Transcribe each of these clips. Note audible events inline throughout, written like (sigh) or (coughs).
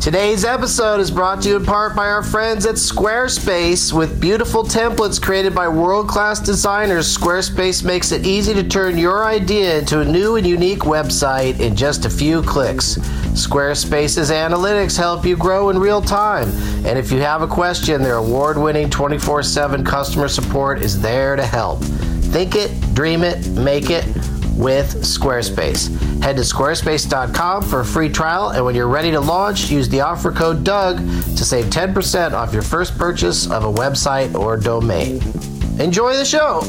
Today's episode is brought to you in part by our friends at Squarespace. With beautiful templates created by world class designers, Squarespace makes it easy to turn your idea into a new and unique website in just a few clicks. Squarespace's analytics help you grow in real time. And if you have a question, their award winning 24 7 customer support is there to help. Think it, dream it, make it with Squarespace. Head to squarespace.com for a free trial, and when you're ready to launch, use the offer code DOUG to save 10% off your first purchase of a website or domain. Enjoy the show!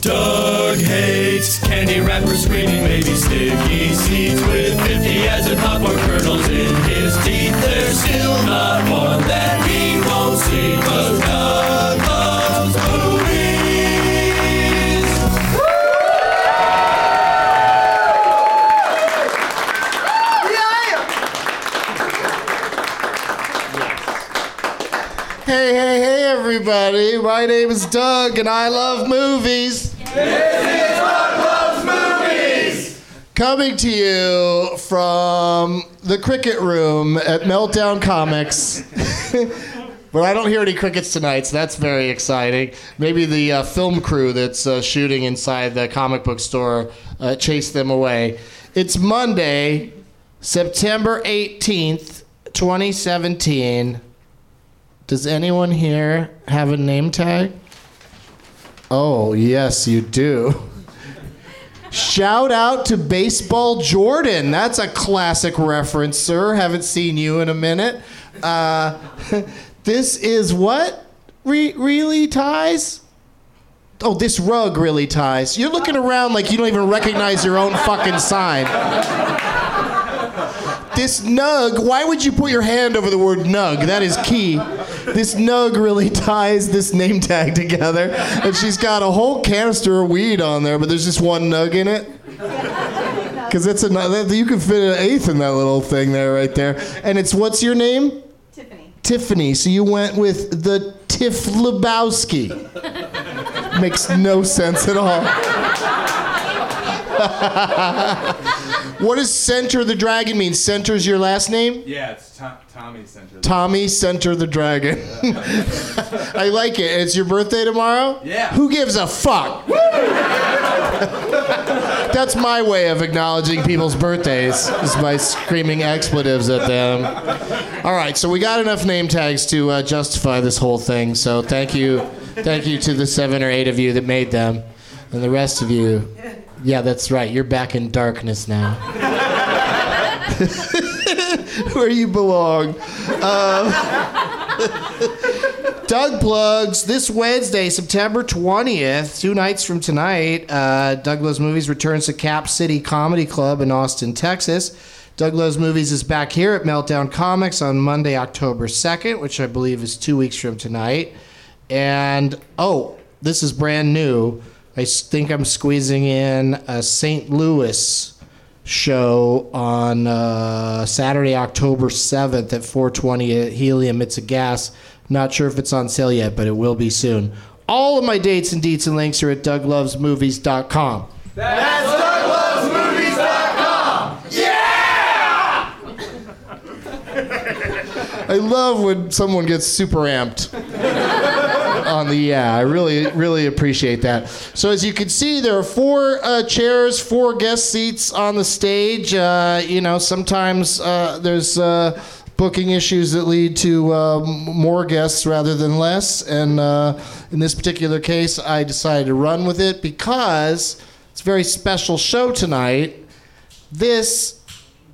Doug hates candy wrappers, screaming baby sticky seeds with 50 as and popcorn kernels in his teeth. There's still not one that he won't see, 'cause Doug loves movies. Hey, hey, hey, everybody! My name is Doug, and I love movies! Coming to you from the cricket room at Meltdown Comics. (laughs) But I don't hear any crickets tonight, so that's very exciting. Maybe the uh, film crew that's uh, shooting inside the comic book store uh, chased them away. It's Monday, September 18th, 2017. Does anyone here have a name tag? Oh, yes, you do. Shout out to Baseball Jordan. That's a classic reference, sir. Haven't seen you in a minute. Uh, (laughs) this is what Re- really ties? Oh, this rug really ties. You're looking around like you don't even recognize your own fucking sign. This nug, why would you put your hand over the word nug? That is key. This nug really (laughs) ties this name tag together. And she's got a whole canister of weed on there, but there's just one nug in it. Because it's a nu- that- you can fit an eighth in that little thing there, right there. And it's what's your name? Tiffany. Tiffany. So you went with the Tiff Lebowski. Makes no sense at all. What does Center the Dragon mean? Center's your last name? Yeah, it's Tom, Tommy Center. Tommy Center the Dragon. (laughs) I like it. It's your birthday tomorrow? Yeah. Who gives a fuck? (laughs) That's my way of acknowledging people's birthdays is by screaming expletives at them. All right, so we got enough name tags to uh, justify this whole thing. So thank you, thank you to the seven or eight of you that made them, and the rest of you. Yeah, that's right. You're back in darkness now, (laughs) where you belong. Um, (laughs) Doug plugs this Wednesday, September 20th, two nights from tonight. Uh, Doug Loves Movies returns to Cap City Comedy Club in Austin, Texas. Doug Loves Movies is back here at Meltdown Comics on Monday, October 2nd, which I believe is two weeks from tonight. And oh, this is brand new. I s- think I'm squeezing in a St. Louis show on uh, Saturday, October 7th at 420 at Helium. It's a gas. Not sure if it's on sale yet, but it will be soon. All of my dates and deets and links are at douglovesmovies.com. That's douglovesmovies.com. Yeah! I love when someone gets super amped on the yeah. I really, really appreciate that. So as you can see, there are four uh, chairs, four guest seats on the stage. Uh, you know, sometimes uh, there's uh, booking issues that lead to uh, m- more guests rather than less. And uh, in this particular case, I decided to run with it because it's a very special show tonight. This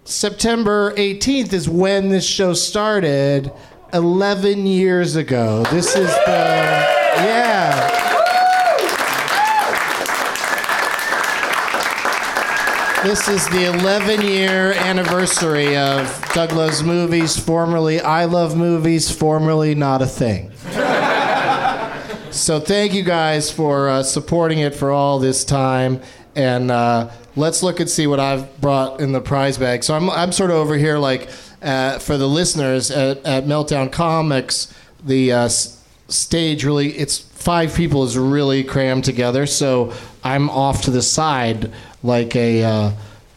September 18th is when this show started 11 years ago. This is the. Yeah. This is the 11 year anniversary of Doug Loves Movies, formerly I Love Movies, formerly Not a Thing. So thank you guys for uh, supporting it for all this time, and uh, let's look and see what I've brought in the prize bag. So I'm I'm sort of over here like uh, for the listeners at, at Meltdown Comics, the uh, s- stage really it's five people is really crammed together. So I'm off to the side like a uh, uh,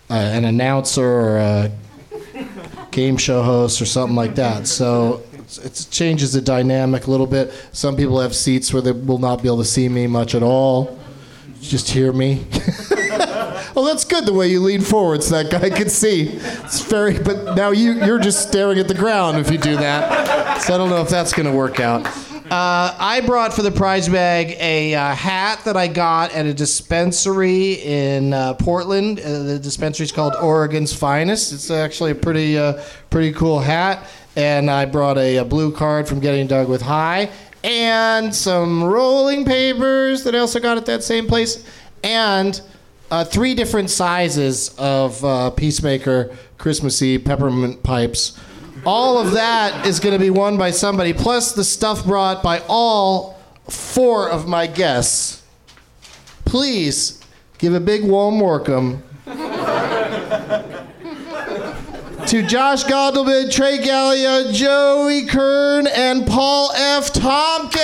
an announcer or a game show host or something like that. So it's- it changes the dynamic a little bit. Some people have seats where they will not be able to see me much at all, just hear me. Oh, that's good the way you lean forward so that guy can see. It's very, but now you, you're just staring at the ground if you do that. So I don't know if that's going to work out. Uh, I brought for the prize bag a uh, hat that I got at a dispensary in uh, Portland. Uh, the dispensary is called Oregon's Finest. It's actually a pretty, uh, pretty cool hat. And I brought a, a blue card from Getting Dug with High and some rolling papers that I also got at that same place. And uh, three different sizes of uh, Peacemaker Christmassy peppermint pipes. All of that is going to be won by somebody, plus the stuff brought by all four of my guests. Please give a big warm welcome (laughs) to Josh Gondelman, Trey Gallia, Joey Kern, and Paul F. Tompkins.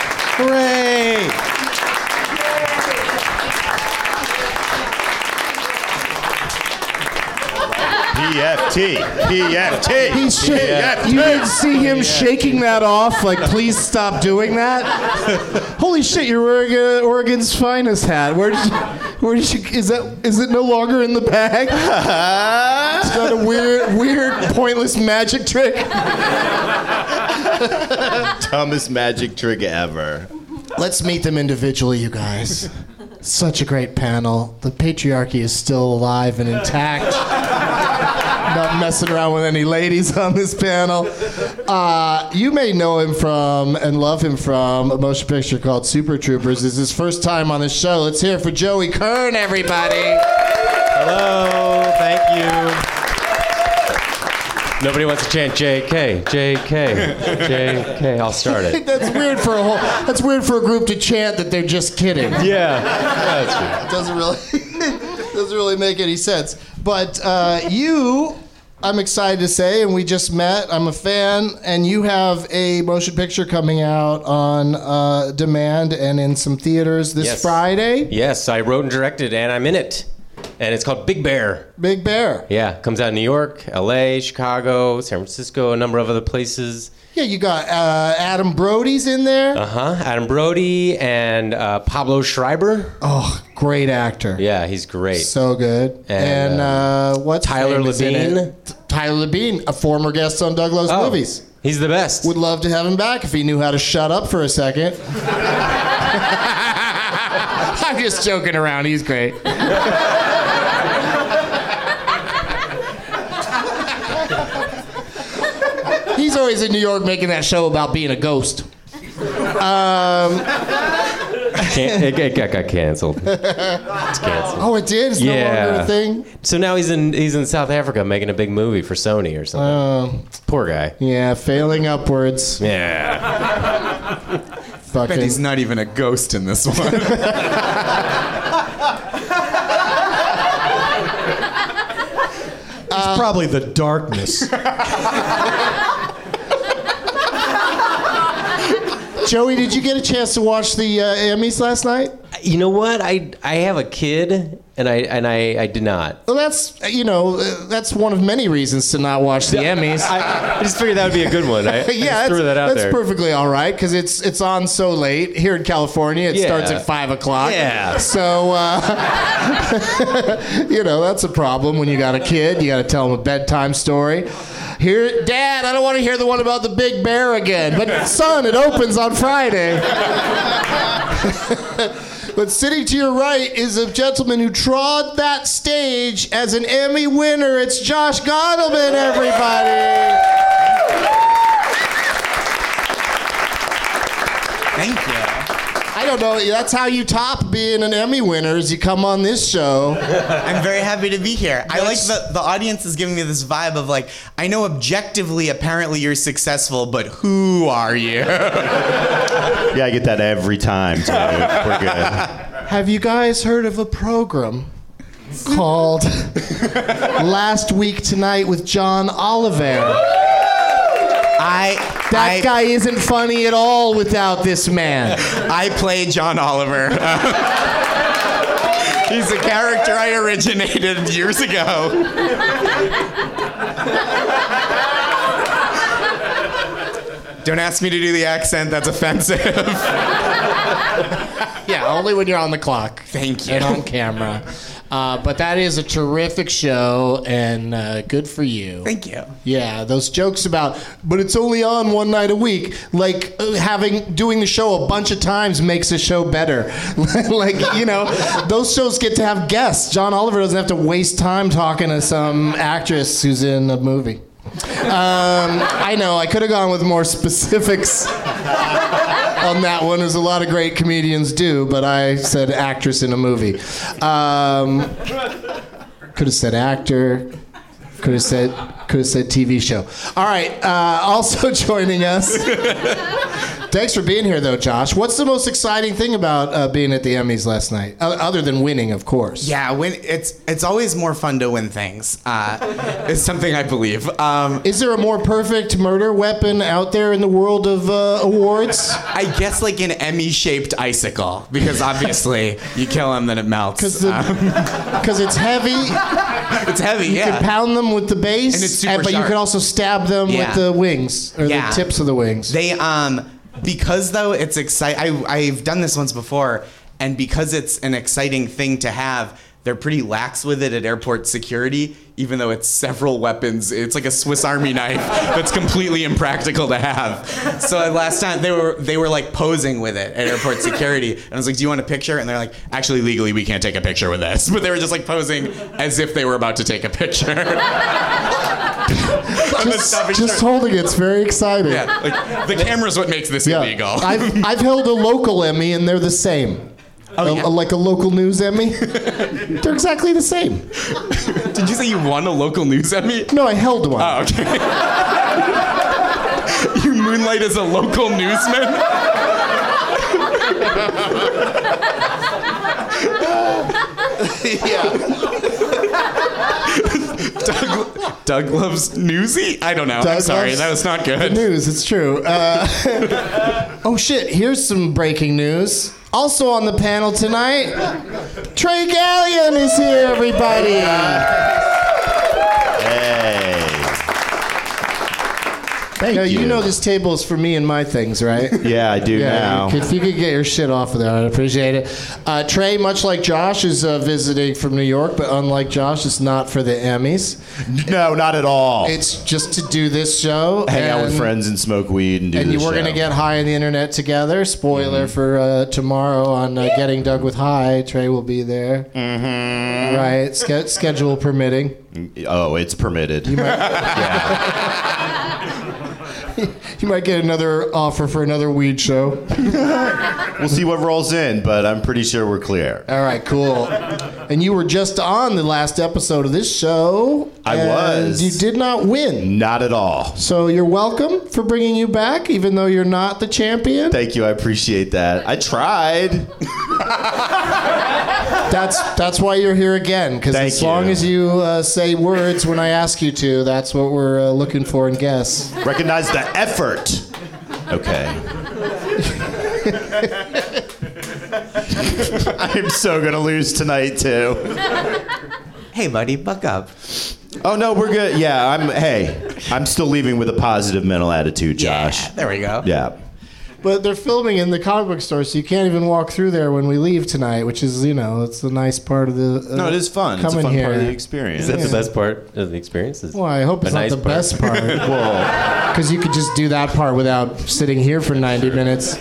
Hooray! PFT. PFT. He's shaking. PFT. You didn't see him shaking that off. Like, please stop doing that. Holy shit! You're wearing a Oregon's finest hat. Where did you? Where did you? Is that? Is it no longer in the bag? is that a weird, weird, pointless magic trick? Dumbest magic trick ever. Let's meet them individually, you guys. Such a great panel. The patriarchy is still alive and intact. not messing around with any ladies on this panel. Uh, you may know him from and love him from a motion picture called Super Troopers. This is his first time on the show. Let's hear it for Joey Kern, everybody. Hello, thank you. Nobody wants to chant JK, JK, JK. I'll start it. (laughs) That's weird for a whole. That's weird for a group to chant that they're just kidding. Yeah, that's true. It doesn't really (laughs) doesn't really make any sense. But uh, you, I'm excited to say, and we just met. I'm a fan, and you have a motion picture coming out on uh, demand and in some theaters this Yes. Friday. Yes, I wrote and directed, and I'm in it. And it's called Big Bear. Big Bear. Yeah, comes out in New York, LA, Chicago, San Francisco, a number of other places. Yeah, you got uh, Adam Brody's in there. Uh huh. Adam Brody and uh, Pablo Schreiber. Oh, great actor. Yeah, he's great. So good. And, And, uh, what's Tyler name is in Labine. it? T- Tyler Labine, a former guest on Doug Loves Oh, Movies. He's the best. Would love to have him back if he knew how to shut up for a second. (laughs) I'm just joking around. He's great. He's always in New York making that show about being a ghost. Um, uh, Can- it, it got, got canceled. It's canceled. (laughs) Oh, it did. It's no longer Yeah. a thing. So now he's in he's in South Africa making a big movie for Sony or (laughs) something. Oh, Poor guy. yeah, failing upwards. Yeah. Fucking. And he's not even a ghost in this (laughs) one. It's probably the darkness. Joey, did you get a chance to watch the uh, Emmys last night? You know what? I I have a kid and I and I, I did not. Well, that's you know uh, that's one of many reasons to not watch the Emmys. I, I just figured that would be a good one. I, I But (laughs) yeah, just that's, threw that out that's there. perfectly all right because it's it's on so late here in California. It Yeah. starts at five o'clock. Yeah. So uh, (laughs) you know that's a problem when you got a kid. You got to tell them a bedtime story. Here, Dad, I don't want to hear the one about the big bear again. But son, it opens on Friday. (laughs) But sitting to your right is a gentleman who trod that stage as an Emmy winner. It's Josh Gondelman, everybody. (laughs) Thank you. I don't know. That's how you top being an Emmy winner is you come on this show. I'm very happy to be here. I like the the audience is giving me this vibe of like I know objectively apparently you're successful, but who are you? Yeah, I get that every time, dude. We're good. Have you guys heard of a program called Last Week Tonight with John Oliver? I That I, guy isn't funny at all without (laughs) this man. I play John Oliver. (laughs) He's a character I originated years ago. Don't ask me to do the accent, that's offensive. Yeah, only when you're on the clock. Thank you. and on camera. Uh, but that is a terrific show, and uh, good for you. Thank you. Yeah, those jokes about, but it's only on one night a week. Like uh, having doing the show a bunch of times makes a show better. (laughs) like you know, those shows get to have guests. John Oliver doesn't have to waste time talking to some actress who's in a movie. Um, I know I could have gone with more specifics on that one, as a lot of great comedians do, but I said actress in a movie. Um, could have said actor. Could have said could have said TV show. All right. Uh, also (laughs) joining us. Thanks for being here, though, Josh. What's the most exciting thing about uh, being at the Emmys last night, O- other than winning, of course? Yeah, when it's it's always more (laughs) fun to win things. Uh, (laughs) it's something I believe. Um, Is there a more perfect murder weapon out there in the world of uh, awards? I guess like an Emmy-shaped icicle, because obviously you kill him, then it (laughs) melts. Um, Because it's heavy. (laughs) it's heavy. You yeah. can pound them with the base, And it's super but you sharp. can also stab them Yeah. (laughs) with the wings or Yeah. the tips of the wings. They um because though it's exciting. I've done this once before, and because it's an exciting thing to have, They're pretty lax with it at airport security, even though it's several weapons. It's like a Swiss Army knife (laughs) that's completely impractical to have. So last time they were they were like posing with it at airport security, and I was like, "Do you want a picture?" And they're like, "Actually, legally, we can't take a picture with this." (laughs) But they were just like posing as if they were about to take a picture. (laughs) Just, just holding it's very exciting. Yeah, (laughs) like, the camera's what makes this illegal. I've, I've held a local Emmy and they're the same. A- a- like a local news Emmy. (laughs) they're exactly the same. (laughs) Did you say you won a local news Emmy? No, I held one. Oh, okay. (laughs) you moonlight as a local newsman? (laughs) yeah. Doug, Doug loves newsy? I don't know. I'm Doug sorry, loves that was not The good. news, it's (laughs) true. Uh, (laughs) oh shit, here's some breaking news. Also on the panel tonight, Trey Gallion is here, everybody. Hey. Thank now, you. you. know this table is for me and my things, right? (laughs) Yeah, I do now. you could- If you could get your shit off of there, I'd appreciate it. Uh, Trey, much like Josh, is uh, visiting from New York, but unlike Josh, it's not for the Emmys. No, not at all. It's just to do this show. Hang out with and- friends and smoke weed and do and you this were going to show. Mm-hmm. get high on the internet together. Spoiler for uh, tomorrow on uh, Getting Doug with High. Trey will be there. Mm-hmm. Right. Ske- schedule permitting. (laughs) Oh, it's permitted. You might get another offer for another weed show. We'll (laughs) see what rolls in, but I'm pretty (laughs) sure we're clear. All right, cool. And you were just on the last episode of this show. I and was. You did not win. Not at all. So you're welcome for bringing you back, even though you're not the champion. Thank you. I appreciate that. I tried. (laughs) That's that's why you're here again. Because Thank as long you. as you uh, say words when I ask you to, that's what we're uh, looking for in guests. Recognize the effort. Okay. I'm so gonna lose tonight too. Hey, buddy, buck up. Oh no, we're good. Yeah, I'm. Hey, I'm still leaving with a positive mental attitude, Josh. Yeah, there we go. Yeah. But they're filming in the comic book store, so you can't even walk through there when we leave tonight, which is you know it's a nice part of the. Uh, No, it is fun. It's a Coming fun here. part of the experience. Is that the best part of the experience? Is Well, I hope a it's not nice the part? (laughs) best part (laughs) Well, because you could just do that part without sitting here for 90 minutes.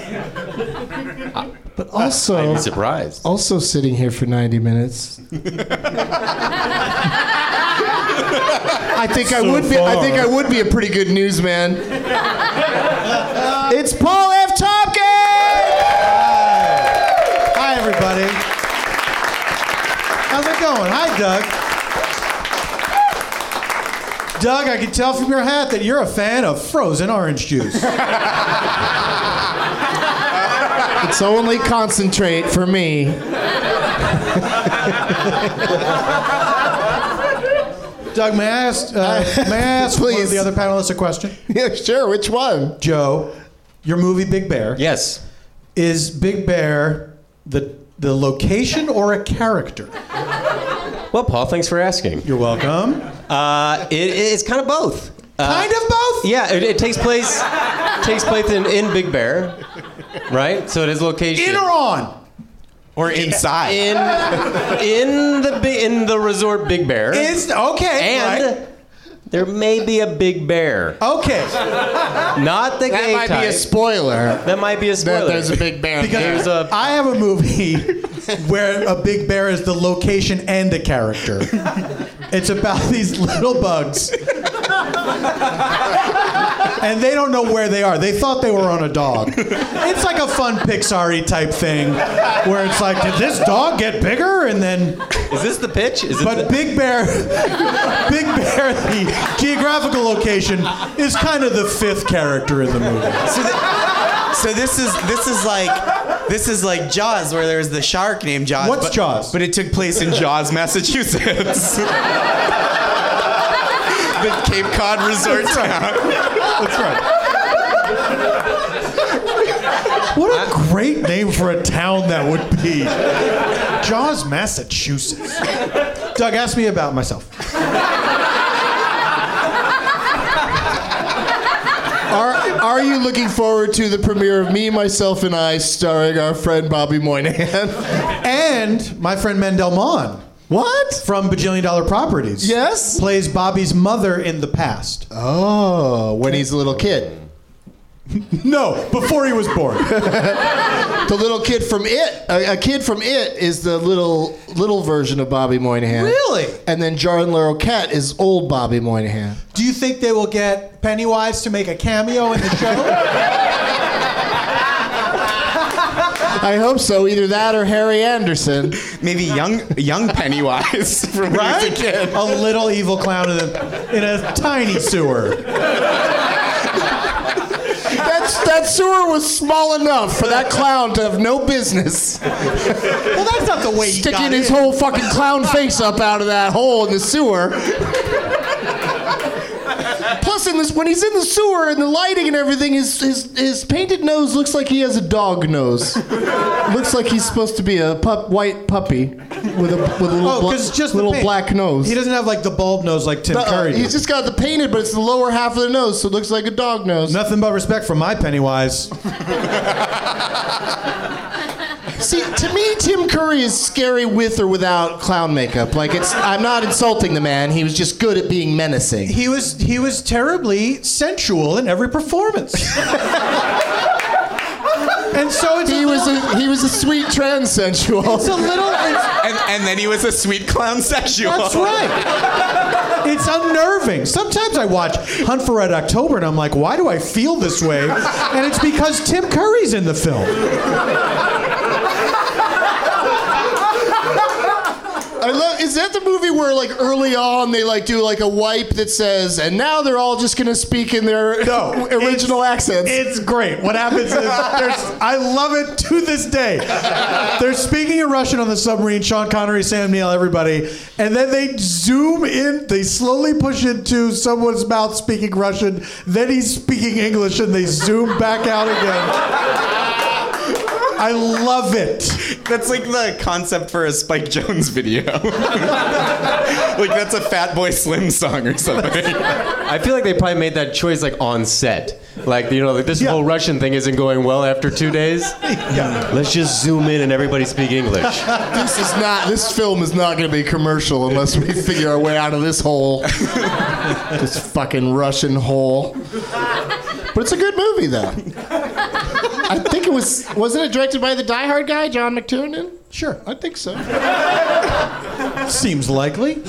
But also, I'm surprised. also sitting here for 90 minutes. I think I would be I think I would be a pretty good newsman. (laughs) it's Paul F. Tompkins! Hi, everybody. (laughs) (laughs) How's it going? Hi, Doug. Doug, I can tell from your hat that you're a fan of frozen orange juice. It's only concentrate for (laughs) me. Doug, may I ask, uh, may I ask one of Please. the other panelists a question? Yeah, sure, which one? Joe, your movie Big Bear. Yes. Is Big Bear the the location or a character? Well, Paul, thanks for asking. You're welcome. Uh, it, it's kind of both. Uh, kind of both. Yeah, it, it takes place takes place in, in Big Bear, right? So it is location In or on? Or inside. in in the bi- in the resort Big Bear, Is okay. and right. there may be a Big Bear, okay. not the That gay might be a type. spoiler. that might be a spoiler. That there's a big band. Because There's a- I have a movie (laughs) where a big bear is the location and a character. It's about (laughs) these little bugs. And they don't know where they are. They thought they were on a dog. It's like a fun Pixar type thing where it's like, did this dog get bigger? And then is this the pitch? Is it But the- Big Bear, (laughs) Big Bear, the geographical location is kind of the fifth character in the movie. So, th- so this is this is like this is like Jaws, where there's the shark named Jaws. What's but, Jaws? But it took place in Jaws, Massachusetts. (laughs) the Cape Cod resort town. That's right. What a great name for a town that would be. Jaws, Massachusetts. Doug, ask me about myself. Are, are you looking forward to the premiere of Me, Myself, and I starring our friend Bobby Moynihan? And my friend Mandel Mon. What? From Bajillion Dollar Properties. Yes. Plays Bobby's mother in the past. Oh, when he's a little kid. no, before he was born. (laughs) the little kid from It, a, a kid from It, is the little little version of Bobby Moynihan. Really? And then Jarlin Laro Cat is old Bobby Moynihan. (laughs) Do you think they will get Pennywise to make a cameo in the (laughs) show? (laughs) I hope so. Either that or Harry Anderson. Maybe young young Pennywise (laughs) from right? when he was a kid. A little evil clown in a, in a tiny sewer. That's, that sewer was small enough for that clown to have no business. Well, that's not the way he Sticking got his in. whole fucking clown face up out of that hole in the sewer. Plus, in this, when he's in the sewer and the lighting and everything, his, his, his painted nose looks like he has a dog nose. looks like he's supposed to be a pup, white puppy with a, with a little, Oh, bla- 'cause just the little paint. black nose. He doesn't have like the bulb nose like Tim Uh-uh, Curry. he's did. just got the painted, but it's the lower half of the nose, so it looks like a dog nose. Nothing but respect for my Pennywise. (laughs) See, to me, Tim Curry is scary with or without clown makeup. Like, it's I'm not insulting the man. He was just good at being menacing. He was he was terribly sensual in every performance. (laughs) and so it's He a was little, a he was a sweet transsensual. it's a little it's, And, and then he was a sweet clown sexual. that's right. It's unnerving. Sometimes I watch Hunt for Red October and I'm like, why do I feel this way? And it's because Tim Curry's in the film. I love, is that the movie where like early on they like do like a wipe that says and now they're all just gonna speak in their (laughs) original accents? It's great. What happens is there's, I love it to this day. They're speaking in Russian on the submarine. Sean Connery, Sam Neill, everybody, and then they zoom in. They slowly push into someone's mouth speaking Russian. Then he's speaking English, and they zoom back out again. I love it. That's like the concept for a Spike Jones video. (laughs) like that's a Fat Boy Slim song or something. (laughs) I feel like they probably made that choice like on set. Like you know, like this whole Russian thing isn't going well after two (laughs) days. Yeah. Let's just zoom in and everybody speak English. this is not this film is not gonna be commercial unless we figure our way out of this hole, this fucking Russian hole. But it's a good movie though. I think it was wasn't it directed by the Die Hard guy John McTiernan? Sure. I think so. Seems likely.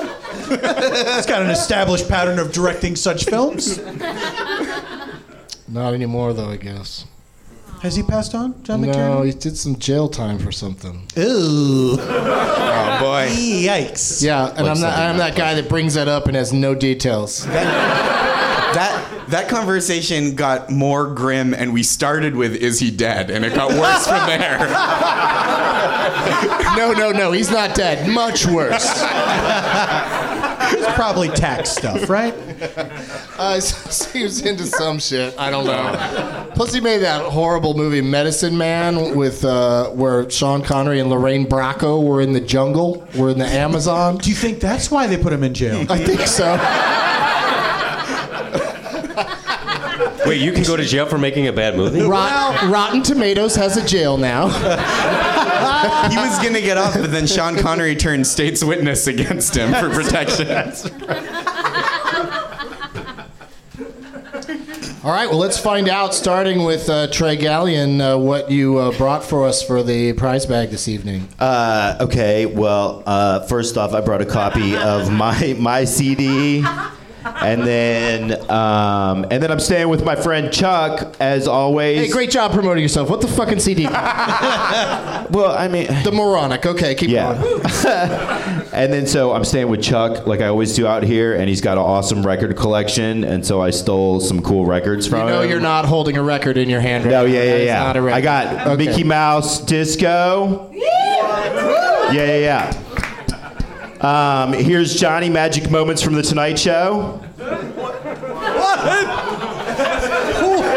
It's got an established pattern of directing such films. Not anymore though, I guess. Has he passed on, John No, McTiernan? he did some jail time for something. Ooh. Oh boy. Yikes. Yeah, and I'm not I'm that guy that brings that up and has no details. That that conversation got more grim and we started with is he dead and it got worse from there. No, no, no, he's not dead. Much worse. It's probably tax stuff, right? Uh, (laughs) so he was into some shit. I don't know. Plus, he made that horrible movie Medicine Man with uh, where Sean Connery and Lorraine Bracco were in the jungle, were in the Amazon. Do you think that's why they put him in jail? I (laughs) think so. Wait, you can go to jail for making a bad movie? Rot- Rotten Tomatoes has a jail now. (laughs) He was gonna get off, but then Sean Connery turned state's witness against him for protection. All right, well, let's find out, starting with uh, Trey Gallion, uh, what you uh, brought for us for the prize bag this evening. Uh, okay, well, uh, first off, I brought a copy of my my CD, and then um, and then I'm staying with my friend Chuck as always. Hey, great job promoting yourself. What the (laughs) fucking CD? the Well, I mean, Moronic. Okay, keep yeah. going. (laughs) and then so I'm staying with Chuck, like I always do out here, and he's got an awesome record collection, and so I stole some cool records You from him. know you're not holding a record in your hand. right No, now. yeah, yeah, That is yeah. not a record. I got Okay. Mickey Mouse Disco. Yeah, yeah, yeah. Um, here's Johnny Magic Moments from The Tonight Show.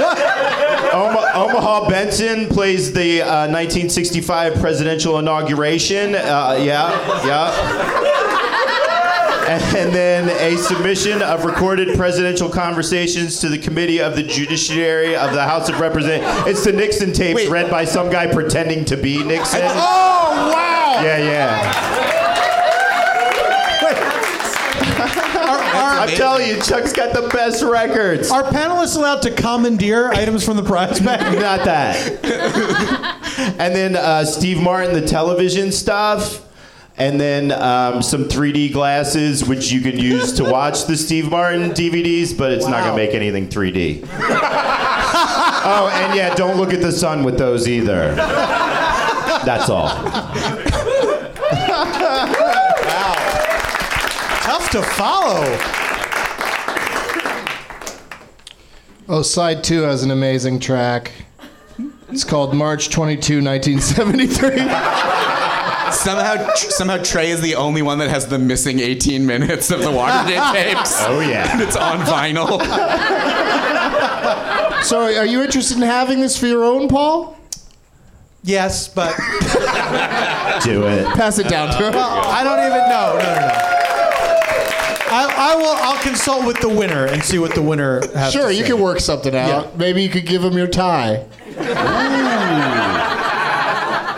Oma- Omaha Benson plays the uh, 1965 presidential inauguration. Uh, yeah, yeah. And then a submission of recorded presidential conversations to the Committee of the Judiciary of the House of Representatives. It's the Nixon tapes Wait. read by some guy pretending to be Nixon. Oh (laughs) Oh wow! Yeah, yeah. Are- I'm telling you, Chuck's got the best records. Are panelists allowed to commandeer items from the prize bag? Not that. and then uh, Steve Martin, the television stuff. And then um, some 3D glasses, which you can use to watch the Steve Martin DVDs, but it's not going Wow. to make anything 3D. oh, and yeah, don't look at the sun with those either. That's all. Tough to follow. Oh, side two has an amazing track. It's called March 22, 1973. Somehow, somehow Trey is the only one that has the missing 18 minutes of the Watergate tapes. Oh, yeah. it's on vinyl. so, are you interested in having this for your own, Paul? Yes, but Do it. Pass it down to (laughs) him. I don't even know. No, no, no. I, I will. I'll consult with the winner and see what the winner has. to Sure, you say. can work something out. Yeah. Maybe you could give him your tie.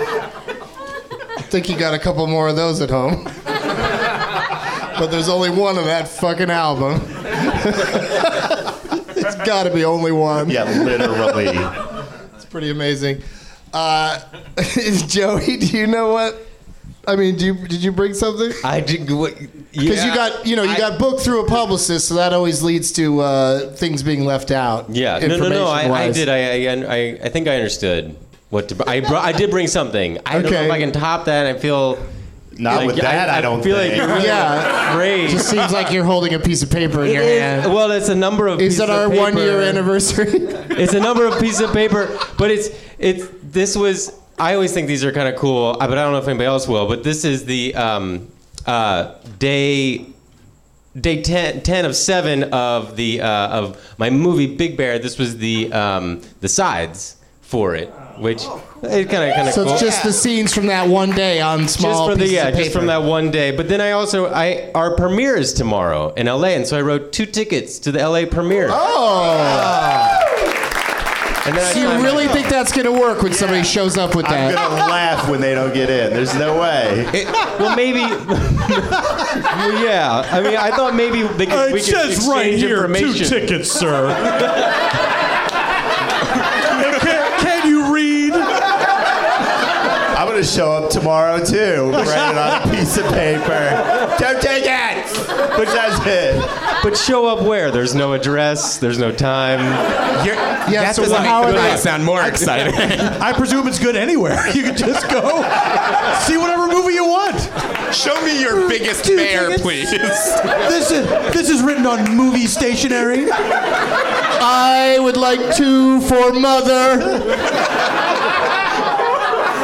I think you got a couple more of those at home. but there's only one of that fucking album. it's got to be only one. Yeah, literally. It's pretty amazing. Uh, (laughs) Joey, do you know what? I mean, do you, did you bring something? I did. Because Because you got, you know, you (laughs) got booked through a publicist, so that always leads to uh, things being left out. Yeah, no, no, no. I, I information-wise. did. I, I, I, I think I understood what to. I brought, I did bring something. I don't know Okay. if I can top that. I feel. Not like- with that, I, don't feel think. like you're really Yeah. brave. Just seems like you're holding a piece of paper in your hand. well, it's a number of. Is pieces that of our paper. one-year anniversary? (laughs) It's a number of pieces of paper, but it's it's. This was. I always think these are kind of cool, uh, but I don't know if anybody else will. But this is the um, uh, day. Day 10, 10 of seven of the uh, of my movie Big Bear. This was the um, the sides for it, which Oh, it kind of kind of (laughs) So cool. it's just the scenes from that one day on just small for the pieces yeah, of paper. just from that one day. But then I also I our premiere is tomorrow in LA, and so I wrote two tickets to the LA premiere. Oh. and then So you signed my- really think that's gonna work when somebody shows up with I'm that? (laughs) gonna laugh when they don't get in. There's no way. It- well, maybe. (laughs) Well, yeah, I mean, I thought maybe they Uh, could, we could exchange information. tickets, sir. can, can you read? I'm gonna show up tomorrow (laughs) too. Write it on a piece of paper. Don't take it. Which that's it. But show up where? There's no address. There's no time. You're, that so doesn't how make are the movie they- sound more (laughs) exciting. (laughs) I presume it's good anywhere. (laughs) You can just go see whatever movie you want. Show me your biggest Dude, bear, it's- please. (laughs) This is this is written on movie stationery. I would like two for mother.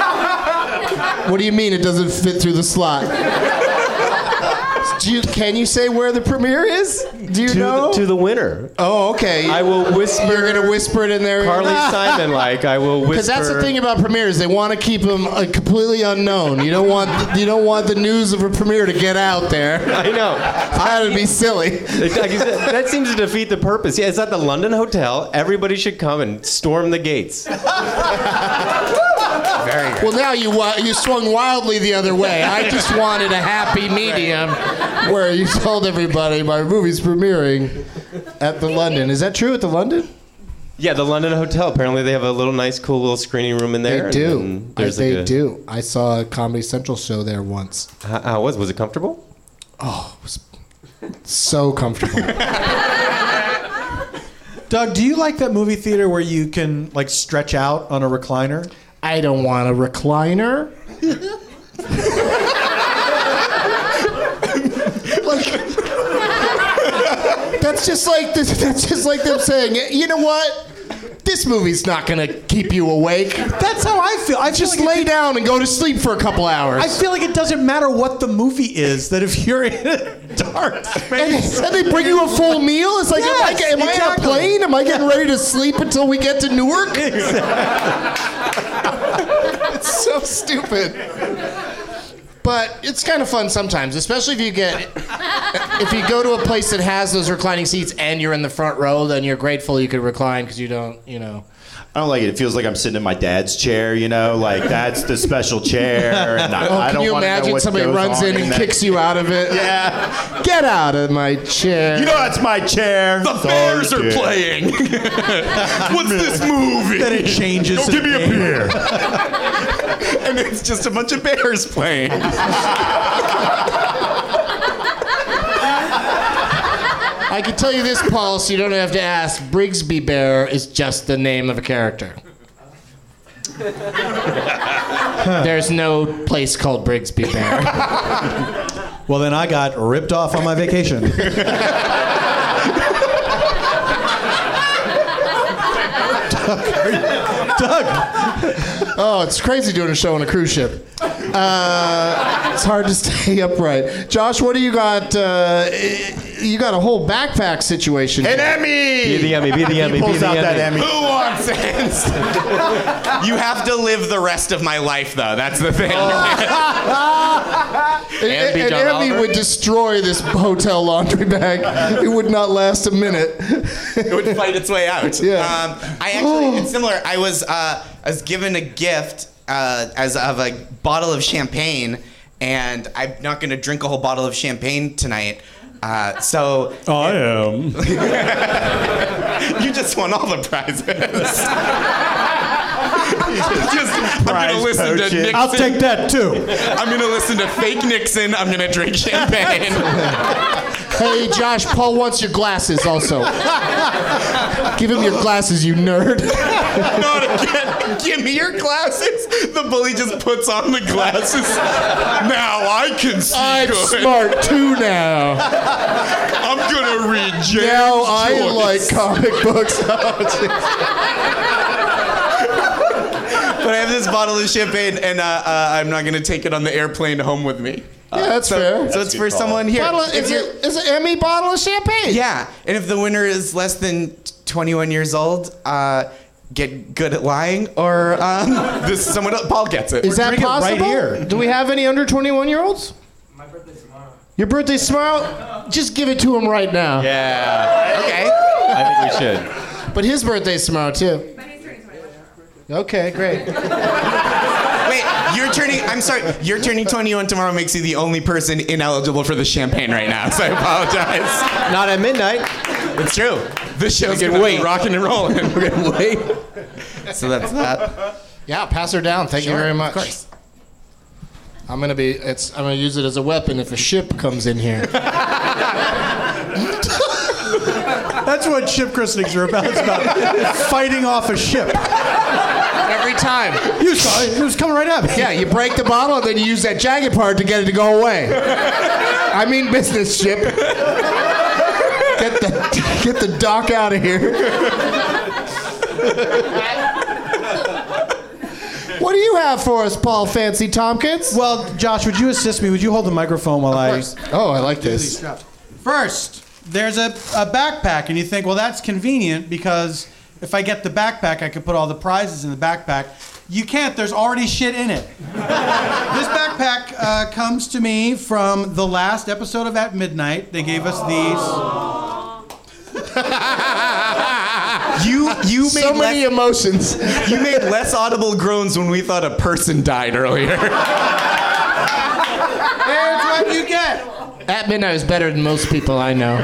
what do you mean it doesn't fit through the slot? Do you, can you say where the premiere is? Do you To, know? the, to the winner. oh, okay. I will whisper. You're gonna whisper it in there. (laughs) Carly Simon, like I will whisper. Because that's the thing about premieres, they want to keep them uh, completely unknown. You don't want you don't want the news of a premiere to get out there. (laughs) (laughs) I know. That would be silly. It's like you said, that seems to defeat the purpose. Yeah, it's at the London Hotel. Everybody should come and storm the (laughs) gates. Well, now you wi- you swung wildly the other way. I just (laughs) wanted a happy medium where you told everybody my movie's premiering at the London. Is that true at the London? Yeah, the London Hotel. Apparently, they have a little nice, cool little screening room in They there. and do. then I, there's they like a- do. I saw a Comedy Central show there once. Oh, How, how was was it comfortable? (laughs) So comfortable. (laughs) Doug, do you like that movie theater where you can like stretch out on a recliner? I don't want a recliner. like, that's just like this, (laughs) that's just like them saying, you know what? This movie's not gonna keep you awake. That's how I feel. I feel Just like it- lay down and go (laughs) to sleep for a couple hours. I feel like it doesn't matter what the movie is. That if you're in a dark and, space, and they bring you a full meal. It's like, oh am I, Yes, am I on a exactly. plane? Am I getting ready to sleep until we get to (laughs) Newark? it's so stupid. But it's kind of fun sometimes, especially if you get if you go to a place that has those reclining seats and you're in the front row, then you're grateful you could recline because you don't, you know. I don't like it. It feels like I'm sitting in my dad's chair, you know, like that's the special (laughs) chair. And I, Oh, I can don't you wanna know imagine what somebody goes runs on in and that- kicks you out of it? Yeah. Get out of my chair. You know that's my chair. The Bears (laughs) are playing. What's this movie? Then it changes. Don't give me a the game. beer. (laughs) and it's just a bunch of bears (laughs) playing. I can tell you this, Paul, so you don't have to ask. Brigsby Bear is just the name of a character. There's no place called (laughs) Brigsby Bear. Well, then I got ripped off on my vacation. Oh, it's crazy doing a show on a cruise ship. Uh, it's hard to (laughs) stay upright. Josh, what do you got? Uh, you got a whole backpack situation. An Emmy. Be the Emmy, be the Emmy, He be pulls the out that Emmy. Emmy. Who wants (laughs) it? you have to live the rest of my life, though. That's the thing. Oh. An, And be an John Emmy Oliver? would destroy this hotel laundry bag. It would not last a minute. (laughs) it would fight its way out. Yeah. Um, I actually, it's similar. I was, uh, I was given a gift uh, as of a bottle of champagne, and I'm not going to drink a whole bottle of champagne tonight. Uh, so I am. (laughs) you just won all the prizes. (laughs) just, I'm Prize gonna listen to poaching. Nixon. I'll take that too. I'm gonna listen to fake Nixon. I'm gonna drink champagne. Hey, Josh, Paul wants your glasses also. Give him your glasses, you nerd. (laughs) Not again. Give me your glasses. The bully just puts on the glasses. Now I can see I'm good. smart too now. I'm gonna read James Now I Joyce. like comic books. (laughs) (laughs) But I have this bottle of champagne, and uh, uh, I'm not gonna take it on the airplane home with me. Uh, Yeah, that's so, fair. So it's for someone here. Bottle- If is, you're- it, is it Emmy bottle of champagne? Yeah, and if the winner is less than 21 years old, uh, get good at lying, or um, (laughs) this someone else, Paul gets it. Is that drinking it right possible? here. Do we have any under 21 year olds? My birthday's tomorrow. Your birthday's tomorrow? Just give it to him right now. Yeah. okay? I think we should. But his birthday's tomorrow too. Okay, great. Wait, you're turning. I'm sorry. You're turning 21 tomorrow makes you the only person ineligible for the champagne right now. So I apologize. Not at midnight. It's true. This show's can gonna wait. wait. be rocking and rolling. We're gonna wait. So that's that. Yeah, pass her down. Thank you very much. Of course. I'm gonna be. It's. I'm gonna use it as a weapon if a ship comes in here. (laughs) That's what ship christenings are about. It's about fighting off a ship. Every (laughs) time. You saw it. It was coming right up. Yeah, you break the bottle and then you use that jagged part to get it to go away. I mean business ship. Get the get the dock out of here. what do you have for us, Paul Fancy Tompkins? Well, Josh, would you assist me? Would you hold the microphone while I? Oh, I like this. First, there's a, a backpack, and you think, well, that's convenient because if I get the backpack, I could put all the prizes in the backpack. You can't, there's already shit in it. this backpack uh, comes to me from the last episode of At Midnight. They gave us these. You you made So many less, emotions. you made less audible groans when we thought a person died earlier. Here's what you get. At midnight is better than most people I know.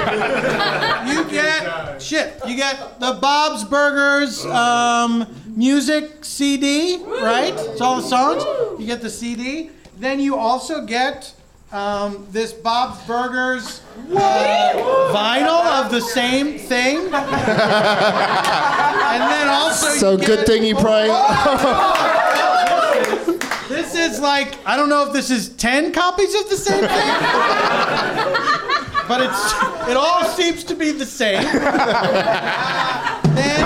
You get shit. You get the Bob's Burgers um, music CD, right? It's all the songs. You get the CD. Then you also get um, this Bob's Burgers uh, vinyl of the same thing. and then also So you good get- Oh, thing you probably. (laughs) This is like I don't know if this is ten copies of the same thing, but it's it all seems to be the same. then,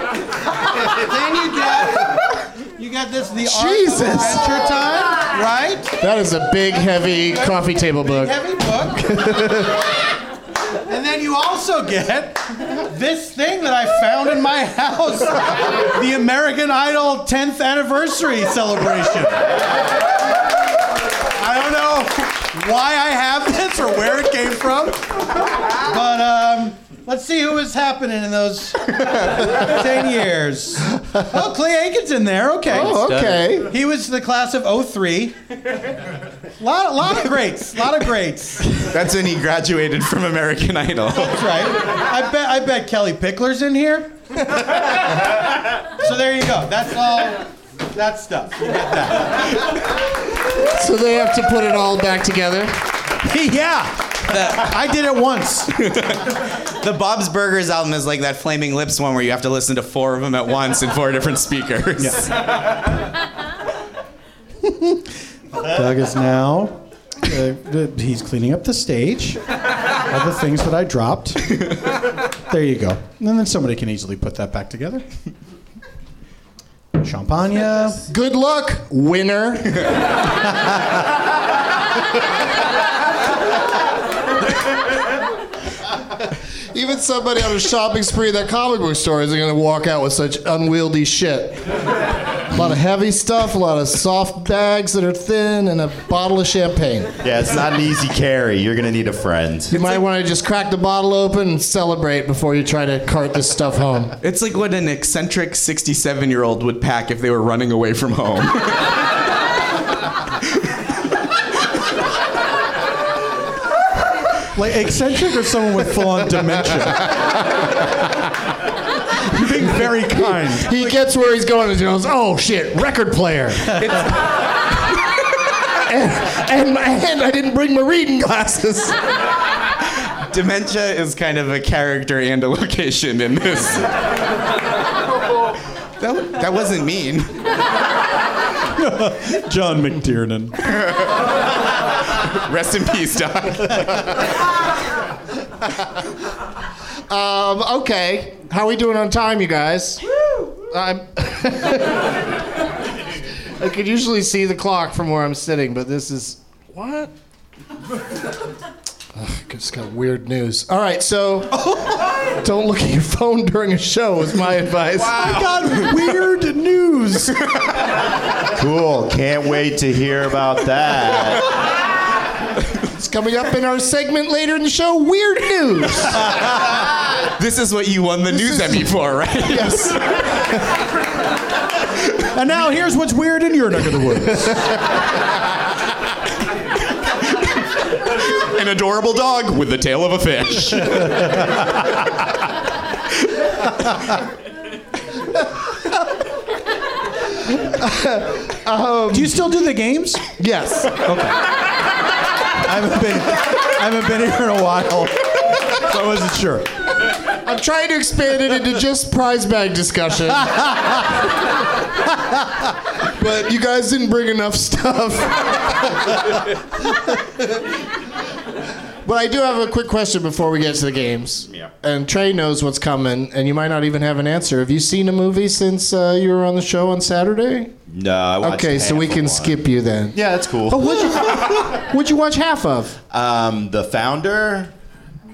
then you get you got this the Jesus. Art of Adventure Time, right? That is a big, heavy coffee table book. Heavy book. (laughs) And then you also get this thing that I found in my house the American Idol 10th anniversary celebration. I don't know why I have this or where it came from. But um, let's see who was happening in those ten years. Oh, Clay Aiken's in there. Okay. Oh, okay. He was the class of 03. Lot, lot of greats. Lot of greats. That's when he graduated from American Idol. That's right. I bet. I bet Kelly Pickler's in here. so there you go. That's all. That stuff. You got that. So they have to put it all back together. yeah. I did it once. the Bob's Burgers album is like that Flaming Lips one where you have to listen to four of them at once in four different speakers. (laughs) Doug is now. uh, the- he's cleaning up the stage of the things that I dropped. There you go. And then somebody can easily put that back together. Champagne. Good luck, winner. Even somebody on a shopping spree at that comic book store isn't going to walk out with such unwieldy shit. A lot of heavy stuff, a lot of soft bags that are thin, and a bottle of champagne. (laughs) Yeah, it's not an easy carry. You're gonna need a friend. You might want to just crack the bottle open and celebrate before you try to cart this stuff home. It's like what an eccentric 67 year old would pack if they were running away from home. Like eccentric or someone with full on dementia? You're being very kind. He gets where he's going and he goes, oh shit, record (laughs) player. and, and, and I didn't bring my reading glasses. Dementia is kind of a character and a location in this. That, that wasn't mean. (laughs) John McTiernan. Rest in peace, Doc. Um, okay, how we doing on time, you guys? I'm. (laughs) I could usually see the clock from where I'm sitting, but this is what? Ugh, just got weird news. All right, so don't look at your phone during a show. Is my advice. I got weird news. Cool. Can't wait to hear about that. It's coming up in our segment later in the show. Weird news. This is what you won the news Emmy for, right? yes. And now here's what's weird in your neck of the woods. An adorable dog with the tail of a fish. Do you still do the games? Yes. I haven't been I haven't been here in a while. So I wasn't sure. I'm trying to expand it into just prize bag discussion. but you guys didn't bring enough stuff. but I do have a quick question before we get to the games. Yeah. And Trey knows what's coming, and you might not even have an answer. Have you seen a movie since uh, you were on the show on (laughs) Saturday? No. I watched Okay, so half we of can one. skip you then. Yeah, that's cool. But Oh, what'd you, what'd you watch half of? Um, the founder.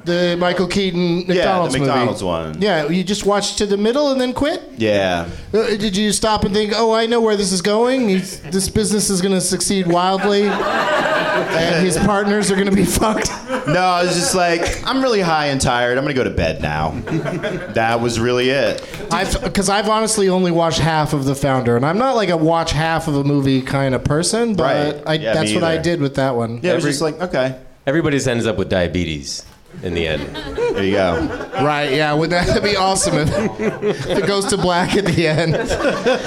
The Michael Keaton Yeah, the McDonald's movie. McDonald's one. Yeah, you just watched to the middle and then quit? Yeah. Uh, Did you stop and think, oh, I know where this is going? He's, this business is going to succeed wildly, and his partners are going to be (laughs) fucked. No, I was just like, I'm really high and tired. I'm gonna go to bed now. that was really it. Because I've honestly only watched half of The Founder, and I'm not like a watch half of a movie kind of person, but Right. I, Yeah, that's me what I either. did with that one. Yeah, it was just like, okay, Everybody ends up with diabetes in the end. there you go. Right, yeah, would that that'd be awesome if, if it goes to black at the end?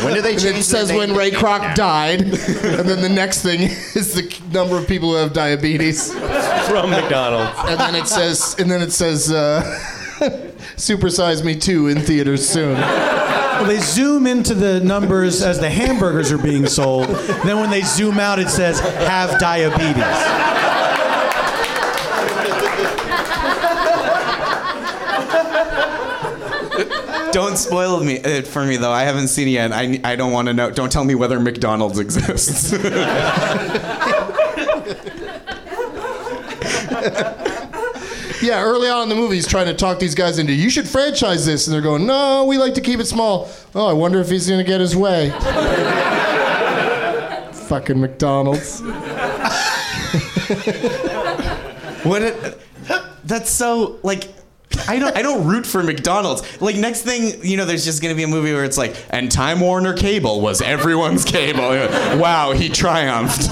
When did they And change? it says their when name? Ray Kroc died, and then the next thing is the number of people who have diabetes. From McDonald's. and then it says, and then it says, uh, (laughs) "Supersize Me Too" in theaters soon. Well, they zoom into the numbers as the hamburgers are being sold. Then when they zoom out, it says have diabetes. (laughs) Don't spoil me it for me though. I haven't seen it yet. I, I don't want to know. Don't tell me whether McDonald's exists. (laughs) Yeah, early on in the movie, he's trying to talk these guys into, "You should franchise this," and they're going, "No, we like to keep it small." Oh, I wonder if he's gonna get his (laughs) way. Fucking McDonald's. What? It, that's so like. I don't. I don't root for McDonald's. Like next thing, you know, there's just gonna be a movie where it's like, and Time Warner Cable was everyone's cable. Wow, he triumphed. (laughs) it's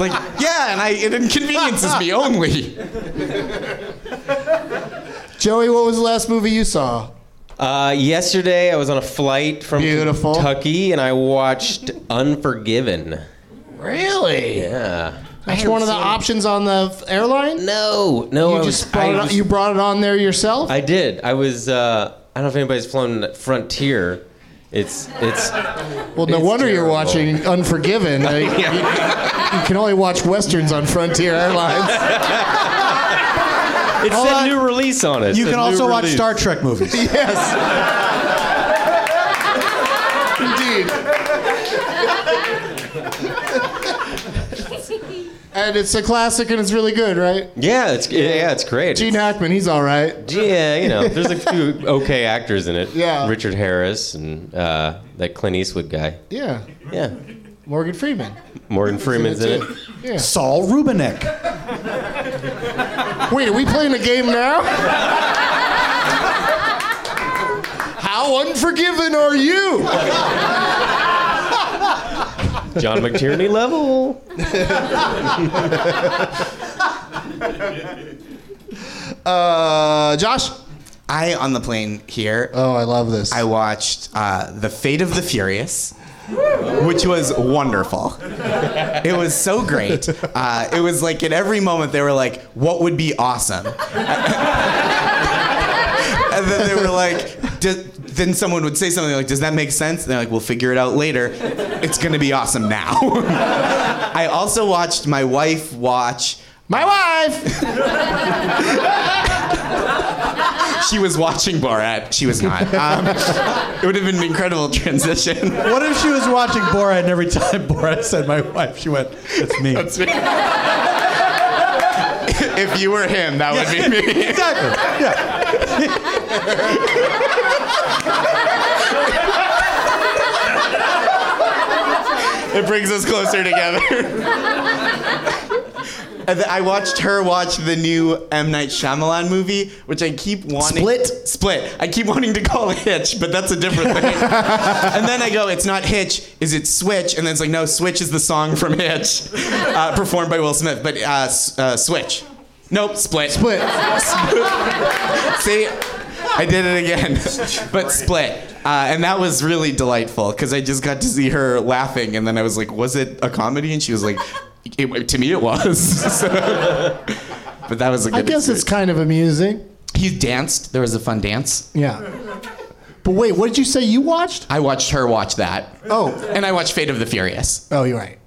like, yeah, and I it inconveniences me only. Joey, what was the last movie you saw? Uh, yesterday, I was on a flight from Kentucky, and I watched Unforgiven. Really? Yeah. That's one of the options on the airline. No, no. You I just was- brought I it on, was- you brought it on there yourself. I did. I was. Uh, I don't know if anybody's flown Frontier. It's it's. well, no it's wonder you're terrible. (laughs) watching Unforgiven. Uh, you, you can only watch westerns on Frontier Airlines. (laughs) It's Hold a on. new release on it. you It's can a new also watch release. Star Trek (laughs) movies. yes, indeed. And it's a classic, and it's really good, right? Yeah, it's yeah, it's great. Gene Hackman, he's all right. Yeah, you (laughs) know, there's a few okay actors in it. Yeah. Richard Harris and uh, that Clint Eastwood guy. Yeah, Yeah. Morgan Freeman. Morgan Freeman's in it. Yeah. Saul Rubinek. Wait, are we playing a game now? How unforgiving are you? John McTierney level. (laughs) Uh, Josh. I on the plane here. Oh, I love this. I watched uh, The Fate of the Furious, which was wonderful. It was so great. Uh, it was like at every moment they were like, what would be awesome? and then they were like, "D- then someone would say something like, does that make sense? And they're like, we'll figure it out later. It's going to be awesome now. (laughs) I also watched my wife watch. My wife. She was watching Borat. She was not. Um, it would have been an incredible transition. What if she was watching Borat and every time Borat said my wife, she went, It's me. That's me. (laughs) if you were him, that would be (laughs) me. exactly. Yeah. It brings us closer together. And then I watched her watch the new M Night Shyamalan movie, which I keep wanting. Split? Split. I keep wanting to call it Hitch, but that's a different (laughs) thing. and then I go, it's not Hitch. Is it Switch? And then it's like, no, Switch is the song from Hitch, (laughs) uh, performed by Will Smith. But uh, S- uh, Switch. Nope. Split. Split. See, I did it again. (laughs) but split. Uh, and that was really delightful because I just got to see her laughing. And then I was like, was it a comedy? And she was like, it, to me, it was. (laughs) So- but that was a good I guess it's experience. kind of amusing. He danced. There was a fun dance. Yeah. But wait, what did you say you watched? I watched her watch that. Oh, And I watched Fate of the Furious. Mm-hmm. oh, you're right.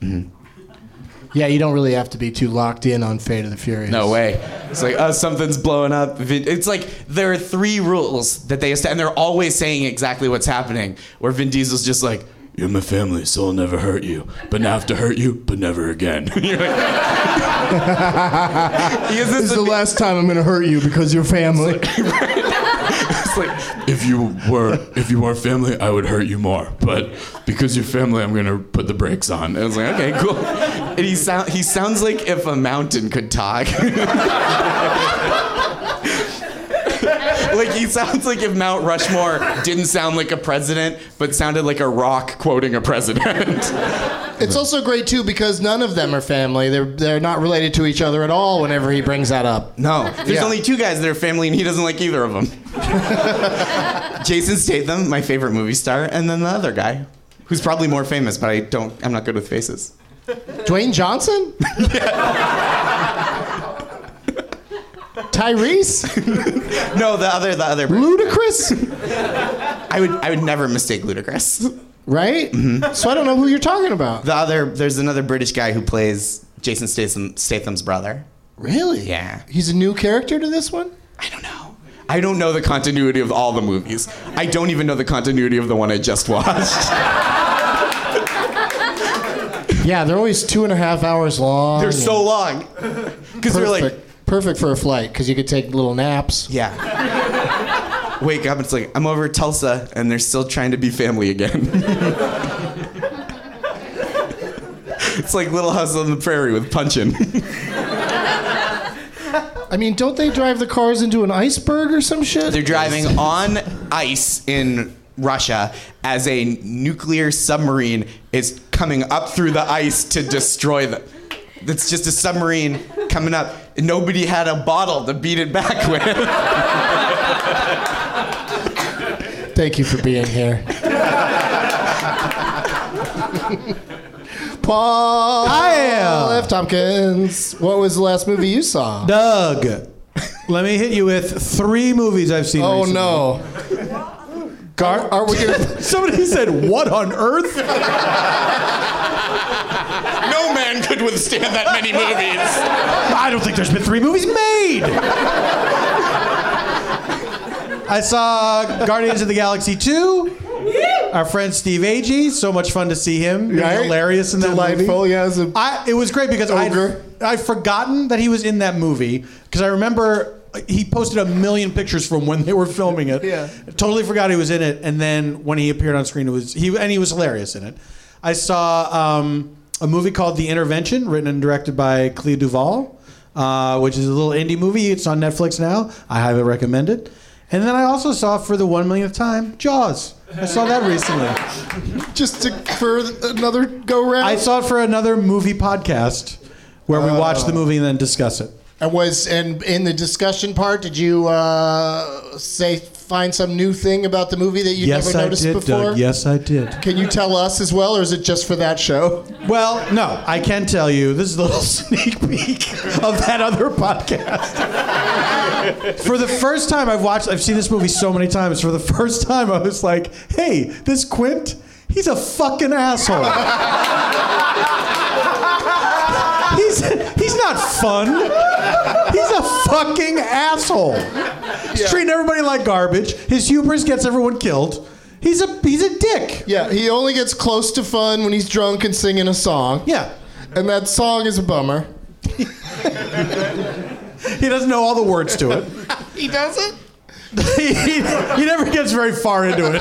Yeah, you don't really have to be too locked in on Fate of the (laughs) Furious. No way. It's like, oh, something's blowing up. Vin- It's like there are three rules that they esta- and they're always saying exactly what's happening. Where Vin Diesel's just like, "You're my family, so I'll never hurt you, but now I have to hurt you, but never again." (laughs) You're like, He has this This is the ama- last time I'm gonna hurt you because you're family. it's like, if you were if you were family, I would hurt you more, but because you're family, I'm gonna put the brakes on. And I was like, okay, cool. And he sound he sounds like if a mountain could talk. (laughs) like he sounds like if Mount Rushmore didn't sound like a president, but sounded like a rock quoting a president. (laughs) It's also great too because none of them are family. They're they're not related to each other at all. Whenever he brings that up, No, there's Oh, Yeah. only two guys that are family, and he doesn't like either of them. (laughs) Jason Statham, my favorite movie star, and then the other guy, who's probably more famous, but I don't. I'm not good with faces. Dwayne Johnson, Tyrese, (laughs) No, the other, the other. Ludacris, I would, I would never mistake Ludacris. Mm-hmm. right? So I don't know who you're talking about. The other, there's another British guy who plays Jason Statham, Statham's brother. Really? Yeah. He's a new character to this one. I don't know. I don't know the continuity of all the movies. I don't even know the continuity of the one I just watched. Yeah, they're always two and a half hours long. They're (laughs) so long, because they're perfect. like perfect for a flight because you could take little naps. Yeah. Wake up, it's like, I'm over at Tulsa, and they're still trying to be family again. It's like Little House on the Prairie with punching. I mean, don't they drive the cars into an iceberg or some shit? They're driving on ice in Russia as a nuclear submarine is coming up through the ice to destroy them. That's just a submarine coming up. Nobody had a bottle to beat it back with. Thank you for being here. (laughs) Paul Hi. F. Tompkins. What was the last movie you saw? Doug, let me hit you with three movies I've seen. Oh recently. no. Gar- are we (laughs) gonna Somebody said, "What on earth?" No man could withstand that many movies. I don't think there's been three movies made. I saw Guardians of the Galaxy 2. Our friend Steve Agee, so much fun to see him. He was Right? Hilarious in that Delightful, movie. yeah, as a I, it was great because I'd, ogre. I'd forgotten that he was in that movie because I remember he posted a million pictures from when they were filming it. Yeah. Totally forgot he was in it, and then when he appeared on screen, it was he and he was hilarious in it. I saw um, a movie called The Intervention, written and directed by Clea Duvall, uh, which is a little indie movie. It's on Netflix now. I highly recommend it. And then I also saw for the one millionth time Jaws. I saw that recently. just to, for another go round? I saw it for another movie podcast where we watch Oh. the movie and then discuss it. And was and in the discussion part, did you uh, say find some new thing about the movie that you yes, never I noticed did, before? Doug. Yes, I did. Can you tell us as well, or is it just for that show? Well, no, I can tell you this is a little (laughs) sneak peek of that other podcast. (laughs) For the first time, I've watched, I've seen this movie so many times. For the first time, I was like, hey, this Quint, he's a fucking asshole. (laughs) He's, he's not fun. He's a fucking asshole. He's treating everybody like garbage. His hubris gets everyone killed. He's a he's a dick. Yeah, he only gets close to fun when he's drunk and singing a song. Yeah. And that song is (laughs) a bummer. He doesn't know all the words to it. (laughs) He doesn't? he, he, he never gets very far into it.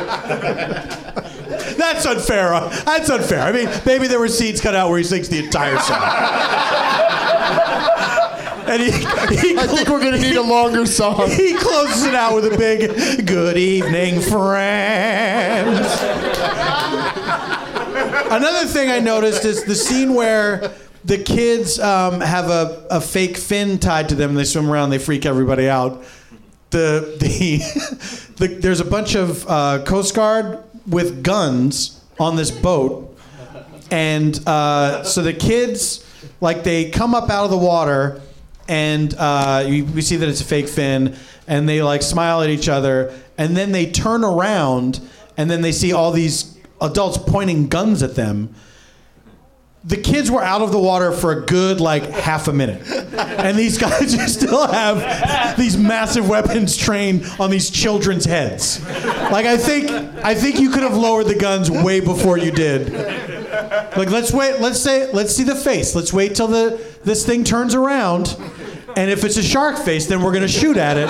That's unfair. uh, That's unfair. I mean, maybe there were scenes cut out where he sings the entire song. (laughs) And he, he, I think we're going to need a longer song. (laughs) he closes it out with a big "Good evening, friends." Another thing I noticed is the scene where the kids um, have a, a fake fin tied to them and they swim around. They freak everybody out. The (laughs) the, the there's a bunch of uh, Coast Guard with guns on this boat and uh, so the kids like they come up out of the water and uh, you, we see that it's a fake fin and they like smile at each other and then they turn around and then they see all these adults pointing guns at them the kids were out of the water for a good like half a minute and these guys (laughs) just still have these massive weapons trained on these children's heads like i think i think you could have lowered the guns way before you did like let's wait. Let's say let's see the face. Let's wait till the this thing turns around, and if it's a shark face, then we're gonna shoot at it.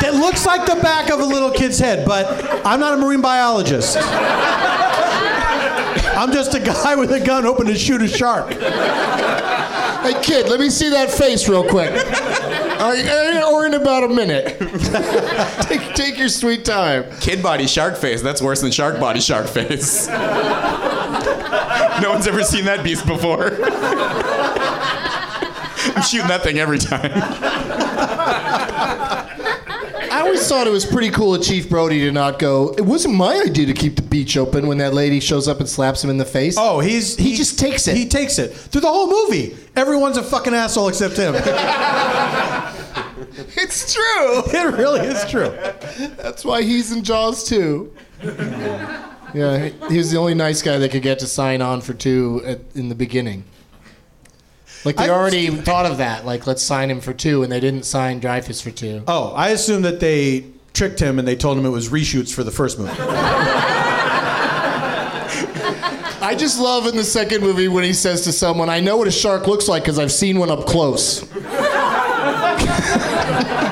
that looks like the back of a little kid's head, but I'm not a marine biologist. I'm just a guy with a gun hoping to shoot a shark. Hey, kid, let me see that face real quick. All right, eh, or in about a minute. (laughs) take, take your sweet time. Kid body shark face. That's worse than shark body shark face. no one's ever seen that beast before. (laughs) I'm shooting that thing every time. I always thought it was pretty cool of Chief Brody to not go. It wasn't my idea to keep the beach open when that lady shows up and slaps him in the face. Oh, he's He just takes it. He takes it through the whole movie. Everyone's a fucking asshole except him. it's true. it really is true. That's why he's in Jaws too. yeah, he was the only nice guy that could get to sign on for two at, in the beginning. Like they I- already thought of that. Like let's sign him for two, and they didn't sign Dreyfus for two. Oh, I assume that they tricked him and they told him it was reshoots for the first movie. I just love in the second movie when he says to someone, "I know what a shark looks like because I've seen one up close." (laughs)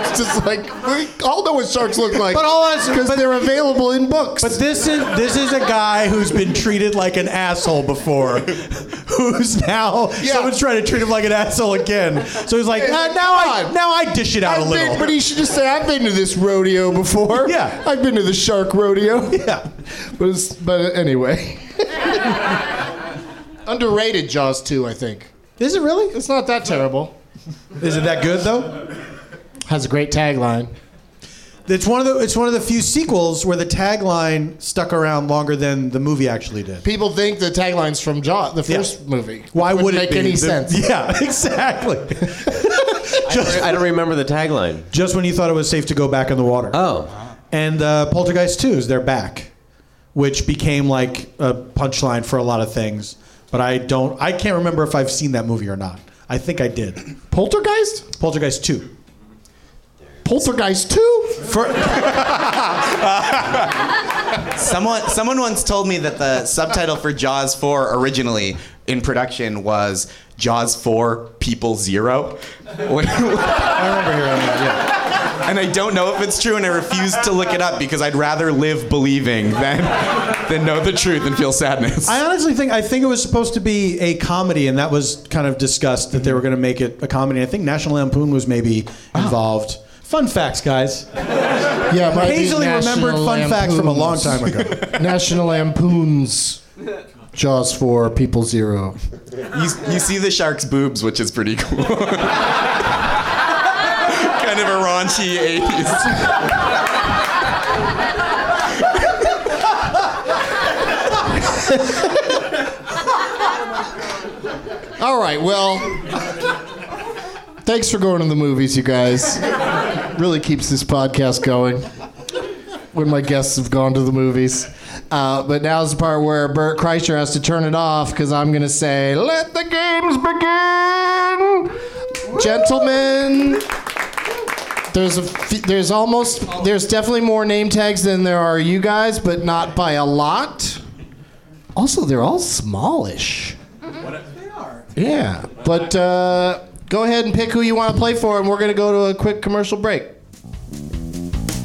it's just like we all know what sharks look like. But all that's- because but- they're available in books. But this is this is a guy who's been treated like an asshole before, (laughs) who's now someone's trying to treat him like an asshole again. So he's like, "Ah, now I now I dish it out a I've little. been- but he should just say, "I've been to this rodeo (laughs) before. Yeah, I've been to the shark rodeo. Yeah, but it's, but anyway, (laughs) underrated Jaws two, I think. Is it really? It's not that terrible. Is it that good though? Has a great tagline. It's one of the it's one of the few sequels where the tagline stuck around longer than the movie actually did. People think the tagline's from Jaws, the first movie. Why Wouldn't would it make be any the- sense? (laughs) Yeah, exactly. I don't remember the tagline. Just when you thought it was safe to go back in the water. Oh. And uh, Poltergeist 2 is their back, which became like a punchline for a lot of things. But I don't, I can't remember if I've seen that movie or not. I think I did. Poltergeist? Poltergeist 2. Poltergeist two. Someone someone once told me that the subtitle for Jaws 4 originally in production was Jaws 4 People Zero. (laughs) I remember hearing that, yeah. And I don't know if it's true and I refuse to look it up because I'd rather live believing than than know the truth and feel sadness. I honestly think, I think it was supposed to be a comedy, and that was kind of discussed that they were going to make it a comedy. I think National Lampoon was maybe involved. Fun facts, guys. Oh. Yeah, it might be Hazily remembered National fun facts from a long Lampoons. time ago. (laughs) National Lampoons. Jaws 4, People (laughs) Zero. You, you see the shark's boobs, which is pretty cool. (laughs) kind of a raunchy 80s. (laughs) All right, well, thanks for going to the movies, you guys. Really keeps this podcast going when my guests have gone to the movies. Uh, but now's the part where Bert Kreischer has to turn it off because I'm going to say, let the games begin! Gentlemen, there's a f- there's almost there's definitely more name tags than there are you guys, but not by a lot. Also, they're all smallish. Yeah, but uh, go ahead and pick who you want to play for, and we're going to go to a quick commercial break.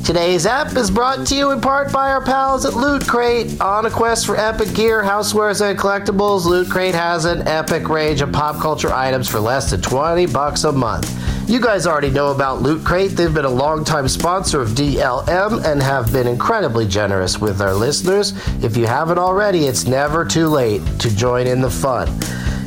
Today's app is brought to you in part by our pals at Loot Crate. On a quest for epic gear, housewares, and collectibles, Loot Crate has an epic range of pop culture items for less than 20 bucks a month. You guys already know about Loot Crate. They've been a longtime sponsor of DLM and have been incredibly generous with our listeners. If you haven't already, it's never too late to join in the fun.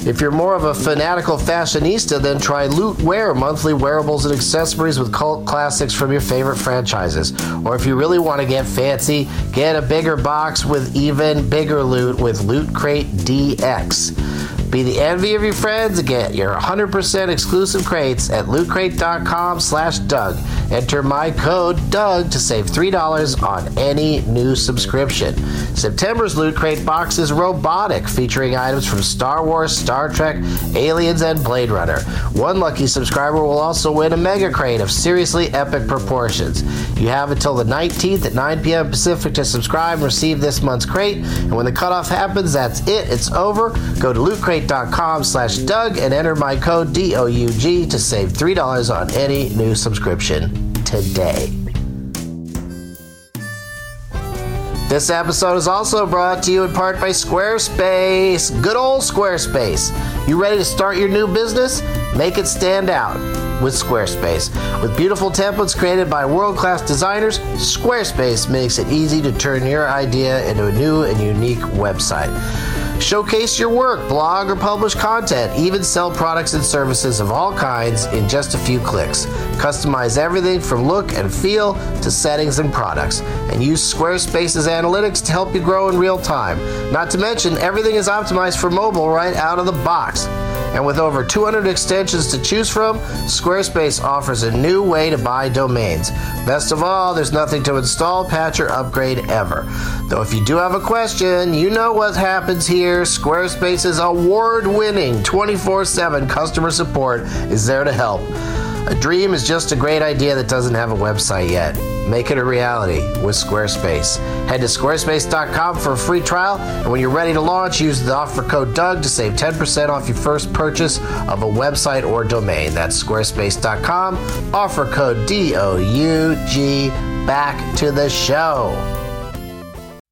If you're more of a fanatical fashionista, then try Loot Wear monthly wearables and accessories with cult classics from your favorite franchises. Or if you really want to get fancy, get a bigger box with even bigger loot with Loot Crate DX. Be the envy of your friends and get your 100% exclusive crates at lootcrate.com slash Doug. Enter my code Doug to save $3 on any new subscription. September's Loot Crate box is robotic, featuring items from Star Wars, Star Trek, Aliens, and Blade Runner. One lucky subscriber will also win a mega crate of seriously epic proportions. You have until the 19th at 9 p.m. Pacific to subscribe and receive this month's crate. And when the cutoff happens, that's it. It's over. Go to lootcrate.com slash Doug and enter my code D-O-U-G to save $3 on any new subscription today. This episode is also brought to you in part by Squarespace. Good old Squarespace. You ready to start your new business? Make it stand out with Squarespace. With beautiful templates created by world class designers, Squarespace makes it easy to turn your idea into a new and unique website. Showcase your work, blog, or publish content, even sell products and services of all kinds in just a few clicks. Customize everything from look and feel to settings and products, and use Squarespace's analytics to help you grow in real time. Not to mention, everything is optimized for mobile right out of the box. And with over 200 extensions to choose from, Squarespace offers a new way to buy domains. Best of all, there's nothing to install, patch, or upgrade ever. Though if you do have a question, you know what happens here. Squarespace's award winning 24 7 customer support is there to help. A dream is just a great idea that doesn't have a website yet. Make it a reality with Squarespace. Head to squarespace.com for a free trial, and when you're ready to launch, use the offer code DUG to save 10% off your first purchase of a website or domain. That's squarespace.com. Offer code D O U G. Back to the show.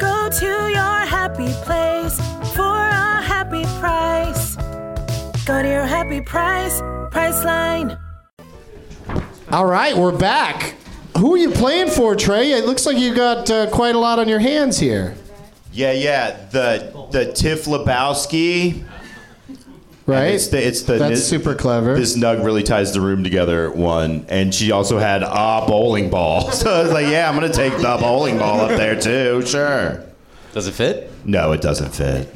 Go to your happy place for a happy price. Go to your happy price, Priceline. All right, we're back. Who are you playing for, Trey? It looks like you got uh, quite a lot on your hands here. Yeah, yeah. The the Tiff Lebowski. Right. And It's the, it's the That's super clever. This nug really ties the room together one, and she also had a bowling ball. (laughs) (laughs) So I was like, yeah, I'm gonna take the bowling ball up there too. Sure. Does it fit? No, it doesn't fit.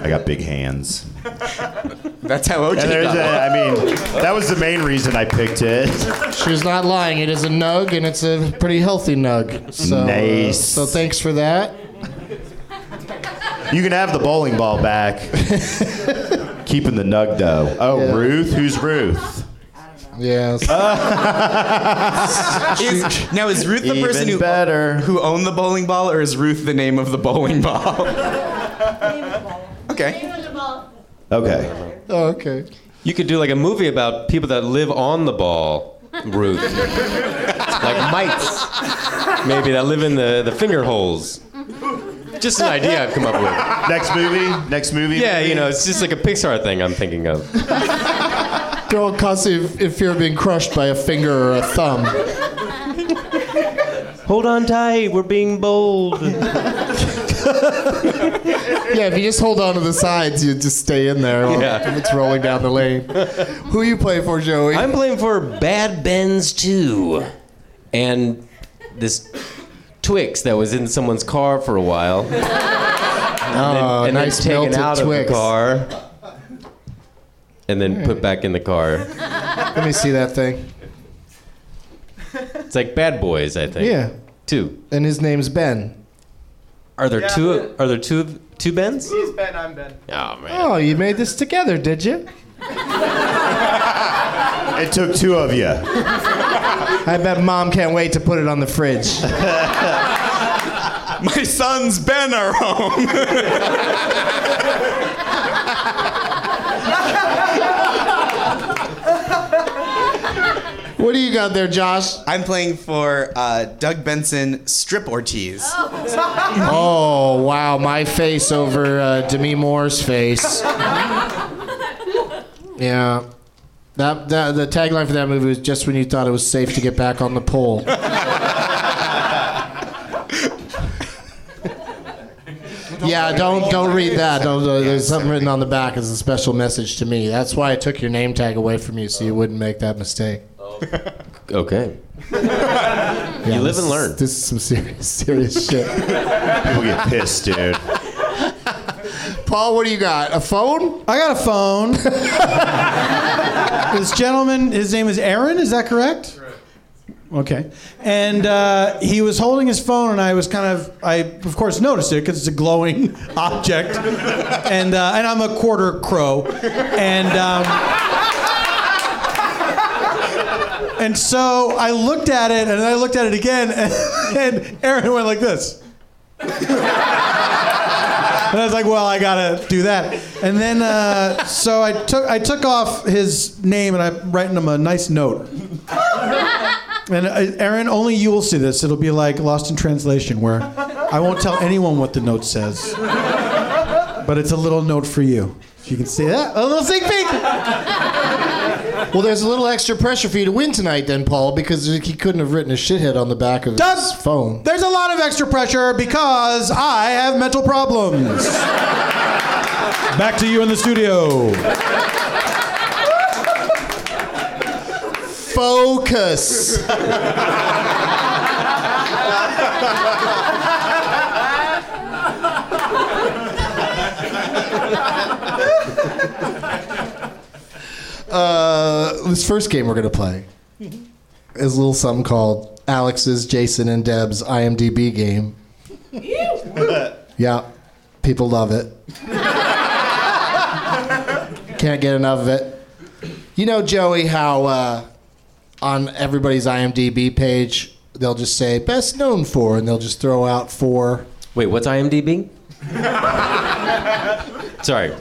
I got big hands. That's how Oh, OJ And there's got a- it. I mean, that was the main reason I picked it. (laughs) She's not lying. It is a nug, and it's a pretty healthy nug. So, uh, Nice. so thanks for that. You can have the bowling ball (laughs) back. Keeping the nug though. Oh, Yeah. Ruth? Who's Ruth? Ah, Yes. Is- now is Ruth the person Even who who owned the bowling ball, or is Ruth the name of the bowling ball? okay. Okay. Oh, okay. You could do like a movie about people that live on the ball, Ruth. (laughs) like mites, maybe that live in the, the finger holes. Just an idea I've come up with. Next movie? Next movie? Yeah, you know, it's just like a Pixar thing I'm thinking of. Girl cuss if, if you're being crushed by a finger or a thumb. Hold on tight, we're being bowled. (laughs) Yeah, if you just hold on to the sides, you just stay in there while Yeah. it's rolling down the lane. Who you play for, Joey? I'm playing for Bad Benz 2 and this Twix that was in someone's car for a (laughs) while. and Oh, then nice taken melted out of Twix. Hmm. the car. And then put back in the car. Let me see that thing. It's like Bad Boys, I think. Yeah. Two. And his name's Ben. Are there two? Are there two? Two Bens? He's Ben, I'm Ben. Oh man. Oh, you made this together, did you? It took two of you. I bet mom can't wait to put it on (laughs) the fridge. (laughs) My sons Ben are home. what do you got there, Josh? I'm playing for uh, Doug Benson Strip Ortiz. Oh, wow, my face over uh, Demi Moore's face. Yeah. That, that the tagline for that movie was just when you thought it was safe to get back on (laughs) the pole. yeah, don't don't read that. Don't, uh, there's something written on the back as a special message to me. That's why I took your name tag away from you so you wouldn't make that mistake. Oh, (laughs) Okay. you live and learn. This is some serious (laughs) serious shit. People get pissed, dude. Paul, what do you got? A phone? I got a phone. this gentleman, his name is Aaron, is that correct? Okay. And uh, he was holding his phone, and I was kind of, I of course noticed it because it's a glowing (laughs) object. And, uh, and I'm a quarter crow. And. Um, And so I looked at it, and then I looked at it again, (laughs) and, and Aaron went like this. and I was like, "Well, I gotta do that." And then, uh, so I took I took off his name, and I'm writing him a nice note. And uh, Aaron, only you will see this. It'll be like Lost in Translation, where I won't tell anyone what the note says, but it's a little note for you. If you can see that. Oh, A little sneak peek. Well, there's a little extra pressure for you to win tonight, then, Paul, because he couldn't have written a shithead on the back of his phone. There's a lot of extra pressure because I have mental problems. Back to you in the studio. Focus. Uh, this first game we're gonna play is a little something called Alex's, Jason, and Deb's IMDb game. Yeah, people love it. Can't get enough of it. You know, Joey, how uh, on everybody's IMDb page they'll just say best known for, and they'll just throw out four. Wait, what's IMDb? Sorry.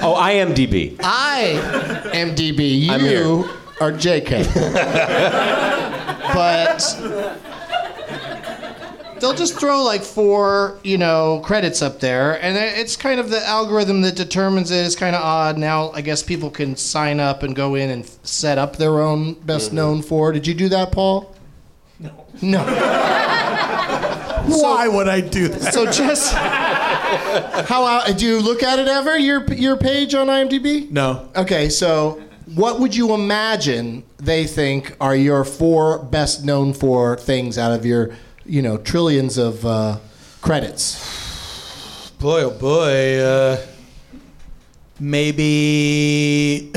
Oh, IMDb. I am DB. You I'm here. are (laughs) Ah, JK. but they'll just throw like four, you know, credits up there, and it- it's kind of the algorithm that determines it. It's kind of odd. Now, I guess people can sign up and go in and f- set up their own best known for. Did you do that, Paul? No. No. Why would I do that? So just how out, do you look at it ever? Your your page on IMDb? No. Okay, so what would you imagine they think are your four best known for things out of your you know trillions of uh, credits? Boy, oh boy. Uh, maybe. (laughs)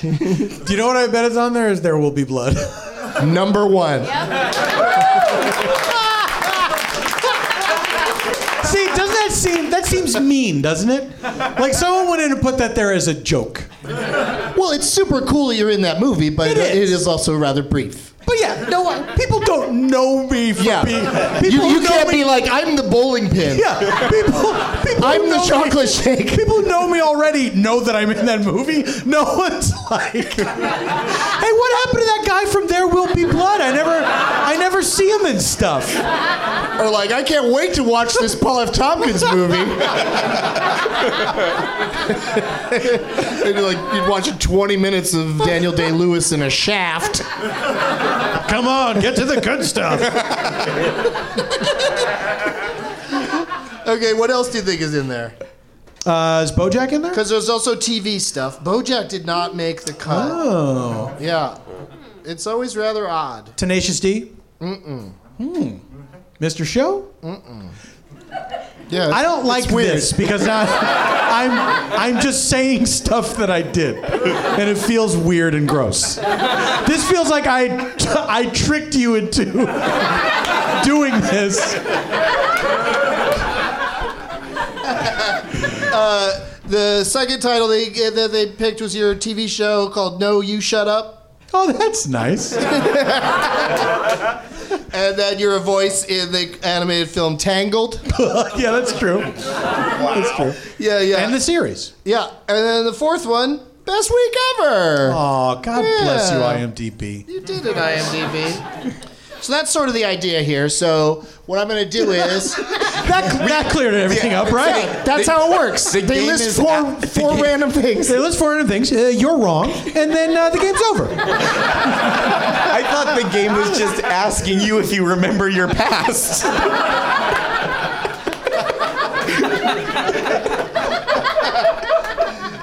Do you know what I bet is on there? Is there will be blood. (laughs) Number one. See, doesn't that seem that seems mean, doesn't it? Like someone went in and put that there as a joke. Well, it's super cool that you're in that movie, but it is, also rather brief. But yeah, no, uh, I- people don't know me for Yeah. being. You, People you know can't me- be like I'm the bowling pin. Yeah, people, people I'm who the know me- chocolate shake. People who know me already know that I'm in that movie. No one's like, hey, what happened to that guy from There Will Be Blood? I never, I never see him in stuff. Or like, I can't wait to watch this Paul F. Tompkins (laughs) movie. They'd be like you'd watch 20 minutes of Daniel Day Lewis in a shaft. Come on, get to the good stuff. okay, what else do you think is in there? Uh, is BoJack in there? Because there's also TV stuff. BoJack did not make the cut. Oh, Yeah, it's always rather odd. Tenacious D, Mm-mm. hmm. Mr. Show. Mm-mm. Yeah, I don't it's like weird. this because now I'm I'm just saying stuff that I did, and it feels weird and gross. This feels like I (laughs) I tricked you into (laughs) doing this. Uh, the second title they that they picked was your TV show called No You Shut Up. Oh, that's nice. (laughs) and then you're a voice in the animated film Tangled. (laughs) yeah, that's true. That's true. Yeah, yeah. And the series. Yeah, and then the fourth one, best week ever. Oh, God bless you, Yeah. IMDb. You did it, IMDb. So that's sort of the idea here. So what I'm going to do is that, (laughs) that cleared everything up, right? that's how it works. The They game list is four at- the four (laughs) game- random things. They list four random things. Uh, you're wrong, and then uh, the game's over. I thought the game was just asking you if you remember your past. (laughs)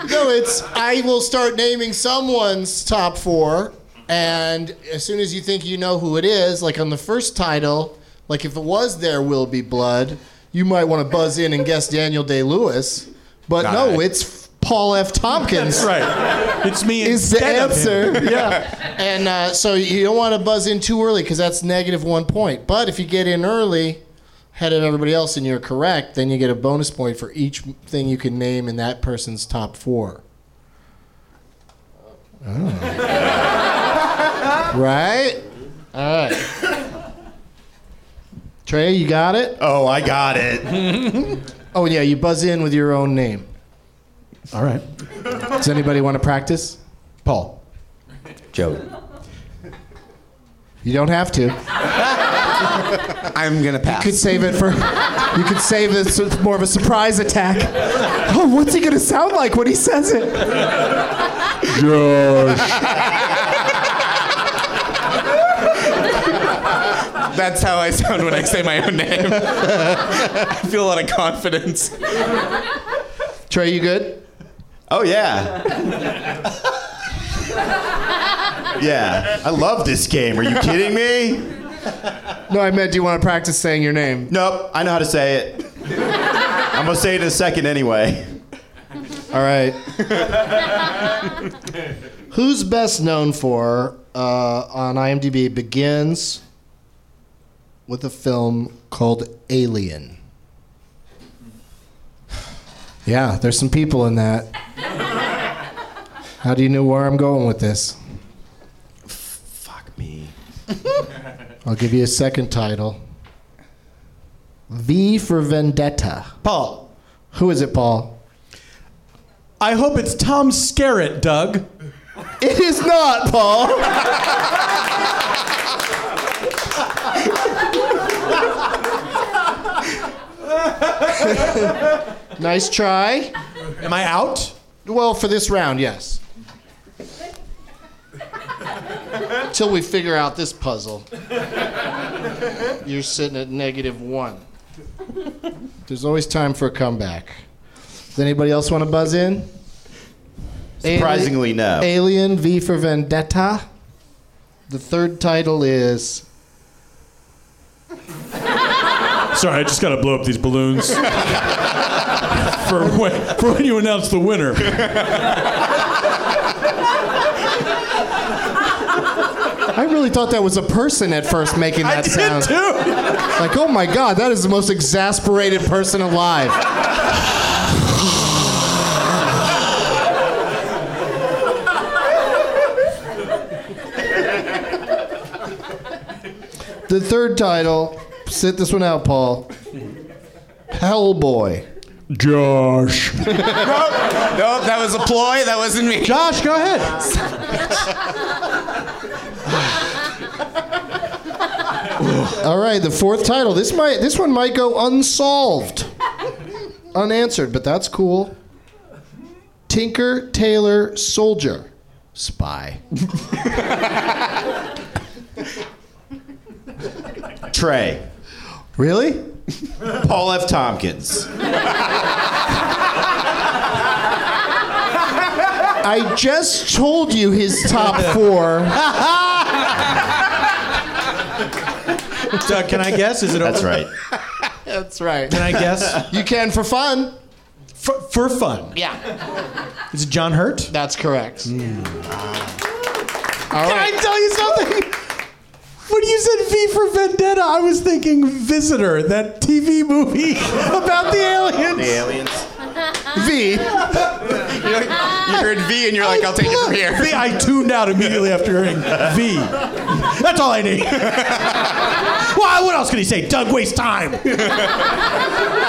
No, it's I will start naming someone's top four, and as soon as you think you know who it is, like on the first title, like if it was There Will Be Blood, you might want to buzz in and guess Daniel Day Lewis. But Got no, it. it's Paul F. Tompkins. That's right. It's me Is the instead of answer. him. yeah. And uh, so you don't want to buzz in too early because that's negative one point. But if you get in early, ahead of everybody else, and you're correct, then you get a bonus point for each thing you can name in that person's top four. Right? (laughs) All right. (coughs) Trey, you got it? Oh, I got it. (laughs) (laughs) oh, yeah, you buzz in with your own name. All right. Does anybody want to practice? Paul. Joe. You don't have to. I'm gonna pass. You could save it for. You could save it so it's more of a (laughs) surprise attack. Oh, what's he gonna sound like when he says it? Oh, That's how I sound when I say my own name. (laughs) I feel a lot of confidence. Trey, you good? Oh yeah. yeah. I love this game. Are you kidding me? No, I meant. Do you want to practice saying your name? Nope. I know how to say it. I'm gonna say it in a second anyway. All right. Who's best known for uh, on IMDb begins with a film called Alien. Yeah, there's some people in that. How do you know where I'm going with this? Fuck me. (laughs) I'll give you a second title. V for Vendetta. Paul. Who is it, Paul? I hope it's Tom Skerritt, Doug. It is not, Paul. nice try. Am I out? Well, for this round, yes. Till we figure out this puzzle, you're sitting at negative one. There's always time for a comeback. Does anybody else want to buzz in? Surprisingly, Alien, no. Alien v for Vendetta. The third title is Sorry, I just gotta blow up these balloons (laughs) for when, for when you announce the winner. I really thought that was a person at first making that sound. Like, oh my god, that is the most exasperated person alive. (laughs) the third title, sit this one out, Paul. Hellboy. Josh. Nope, that was a ploy. That wasn't me. Josh, go ahead. All right, the fourth title. This might this one might go unsolved. Unanswered, but that's cool. Tinker Taylor Soldier Spy. Trey. Really? Paul F. Tompkins. I just told you his top 4. Doug, can I guess? Is it over? That's right. That's right. Can I guess? You can for fun. For, for fun. Yeah. Is it John Hurt? That's correct. Ah. All Can I right. tell you something? When you said V for Vendetta, I was thinking Visitor, that TV movie (laughs) about the aliens. The aliens. (laughs) V. You're like- you heard V and you're like, I'll take it from here. V- I tuned out immediately after hearing V. That's all I need. Why? What else could he say? Doug, waste time. (laughs)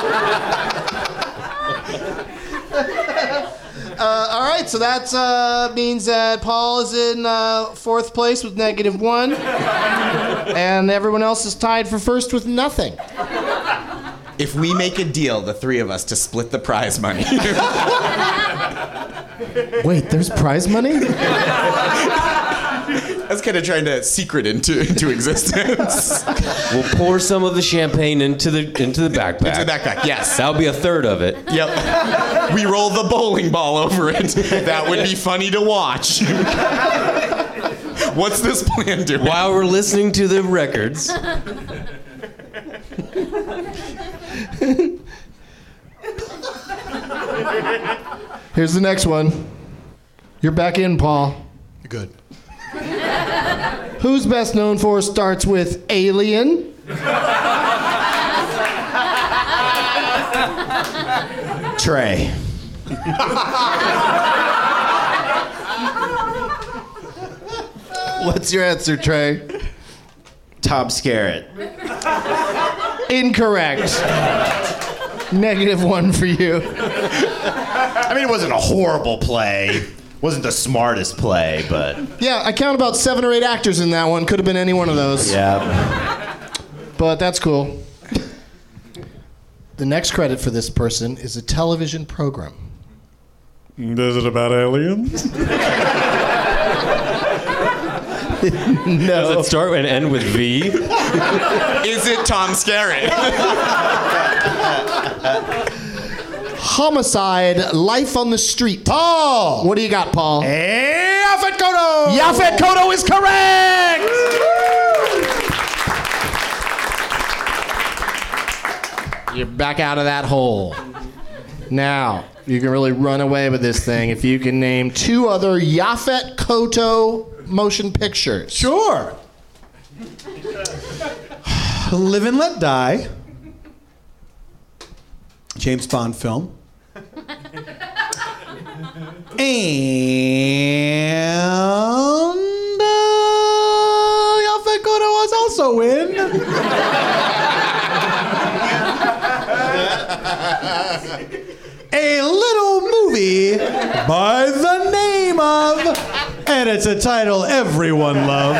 Uh, all right, so that uh, means that Paul is in uh, fourth place with negative one, and everyone else is tied for first with nothing. If we make a deal, the three of us, to split the prize money. Wait, there's prize money? I was kind of trying to secret into, into existence. We'll pour some of the champagne into the into the backpack. Into the backpack, yes. That'll be a third of it. (laughs) Yep. We roll the bowling ball over it. That would be funny to watch. What's this plan doing? While we're listening to the records, (laughs) (laughs) Here's the next one. You're back in, Paul. Good. Who's best known for starts with Alien, Trey. What's your answer, Trey? Tom Skerritt. Incorrect. Negative one for you. I mean, it wasn't a horrible play. Wasn't the smartest play, but Yeah, I count about seven or eight actors in that one. Could have been any one of those. yeah. but that's cool. The next credit for this person is a television program. Is it about aliens? Does it start and end with V? Is it Tom Skerritt? Homicide, life on the street. Paul! What do you got, Paul? Yafet Koto! Yafet Koto is correct! You're back out of that hole. Now, you can really run away with this thing if you can name two other Yafet Koto motion pictures. Sure. Live and Let Die, James Bond film, and uh, Yafet Koto was also in. a little movie by the name of, and it's a title everyone loved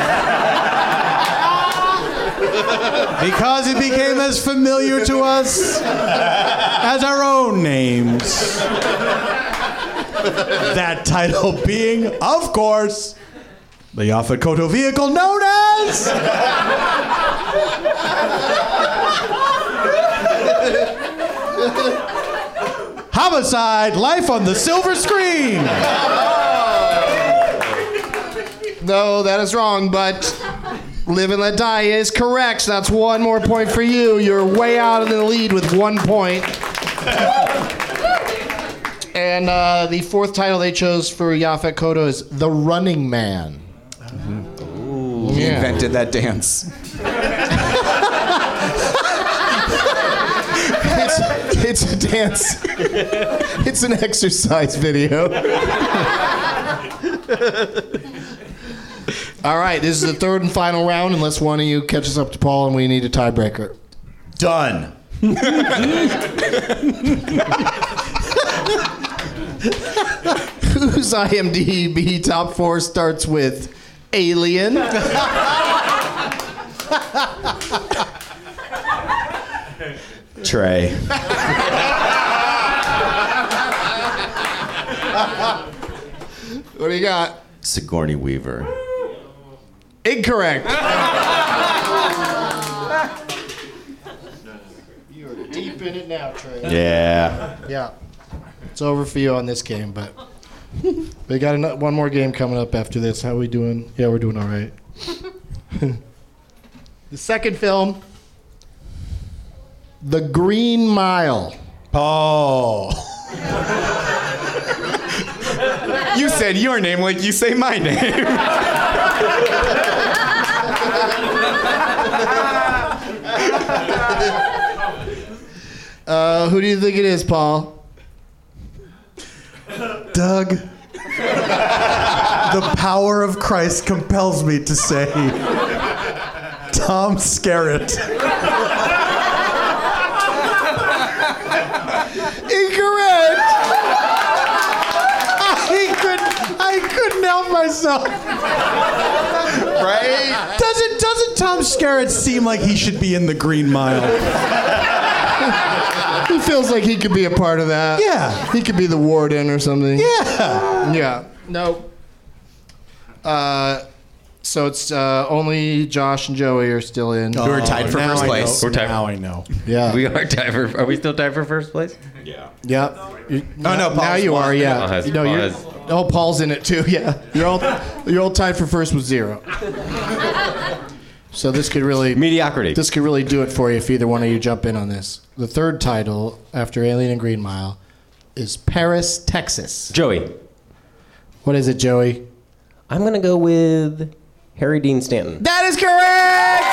because it became as familiar to us as our own names. That title being, of course, the Yafet Koto vehicle known as Homicide Life on the Silver Screen. No, that is wrong, but Live and Let Die is correct. So that's one more point for you. You're way out of the lead with one point. And uh, the fourth title they chose for Yafet Koto is The Running Man. He Yeah. invented that dance. It's, it's a dance, it's an exercise video. All right, this is the third and final round, unless one of you catches up to Paul and we need a tiebreaker. Done. Whose IMDb top four starts with Alien? (laughs) Trey. what do you got? Sigourney Weaver. (laughs) Incorrect. Deep in it now, Trey. Yeah. Yeah. It's over for you on this game, but we got ano- one more game coming up after this. How we doing? Yeah, we're doing all right. (laughs) the second film, The Green Mile. (laughs) Oh. You said your name like you say my name. Uh, who do you think it is, (laughs) Paul? Doug, the power of Christ compels me to say Tom Skerritt. Incorrect. I couldn't, I couldn't help myself. Right? Doesn't, doesn't Tom Skerritt seem like he should be in the Green Mile? He feels like he could be a part of that. Yeah. He could be the warden or something. Yeah. Yeah. No. Uh, so it's uh, only Josh and Joey are still in. Who are tied for Oh, Oh, Now first I place. know- We're tied- Now I know. (laughs) Yeah. We are tied for. Are we still tied for first place? Yep. You- Oh, no, now Paul's you are. won. Yeah. Paul has- no, Paul you're. has- Oh, Paul's in it too. (laughs) Yeah. You're all you're all tied for first with zero. So this could really Mediocrity. this could really do it for you if either one of you jump in on this. The third title after Alien and Green Mile is Paris, Texas. Joey. What is it, Joey? I'm gonna go with Harry Dean Stanton. That is correct.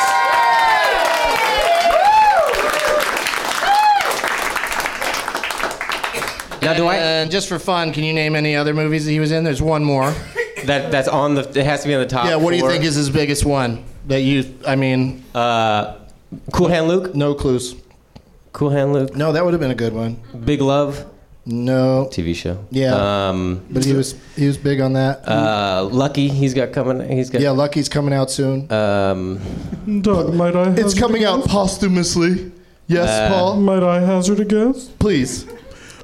Now, do I? And just for fun, can you name any other movies that he was in? There's one more. That that's on the. It has to be on the top. yeah. What do you four. think is his biggest one? That you? I mean, Uh, Cool Hand Luke. no clues. Cool Hand Luke. No, that would have been a good one. Big Love. No. TV show. Yeah. Um, But he was he was big on that. Uh, Lucky, he's got coming. He's got. yeah, Lucky's coming out soon. Um, Doug, might I? It's coming out posthumously. Yes, Uh, Paul. Might I hazard a guess? Please. (laughs)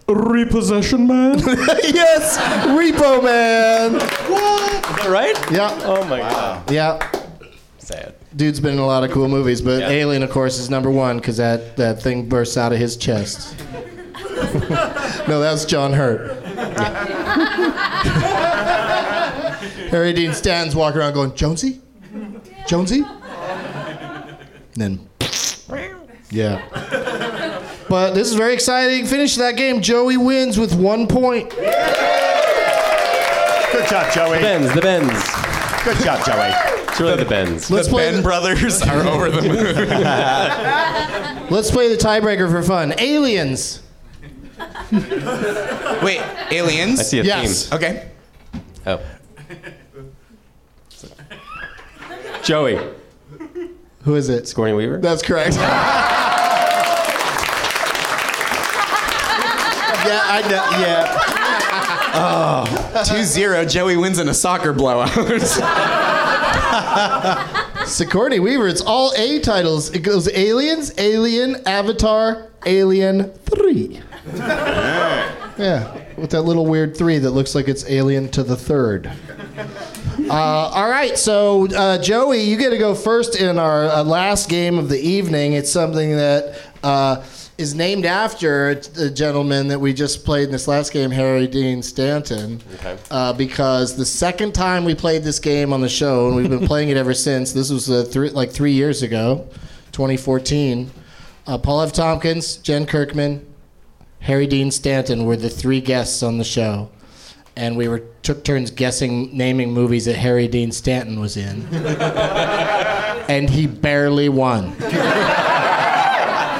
Repossession man. yes, Repo Man. What? Is that right? Yeah. Oh my god. (laughs) Yeah. Sad. Dude's been in a lot of cool movies, but Alien, of course, is number one because that, that thing bursts out of his chest. no, that's John Hurt. (laughs) Harry Dean Stanton's walking around going, Jonesy? Jonesy? Then, yeah. But this is very exciting. Finish that game. Joey wins with one point. Good job, Joey. The Benz, the Benz. Good job, Joey. It's really the, Benz. Let's The play Ben the- brothers are over the (laughs) moon. Let's play the tiebreaker for fun. Aliens. Wait, aliens? I see a Yes. theme. Okay. Oh. Joey. Who is it? Scoring Weaver. That's correct. Yeah, I know. Yeah. Oh, 2 0. Joey wins in a soccer (laughs) blowout. Sigourney Weaver. It's all A titles. It goes Aliens, Alien, Avatar, Alien 3. Yeah, with that little weird three that looks like it's Alien to the third. Uh, all right, so uh, Joey, you get to go first in our uh, last game of the evening. It's something that uh, is named after the gentleman that we just played in this last game, Harry Dean Stanton. Okay. Uh, because the second time we played this game on the show, and we've been playing it ever since. This was uh, three, like three years ago, 2014. Uh, Paul F. Tompkins, Jen Kirkman, Harry Dean Stanton were the three guests on the show, and we were took turns guessing naming movies that Harry Dean Stanton was in, and he barely won.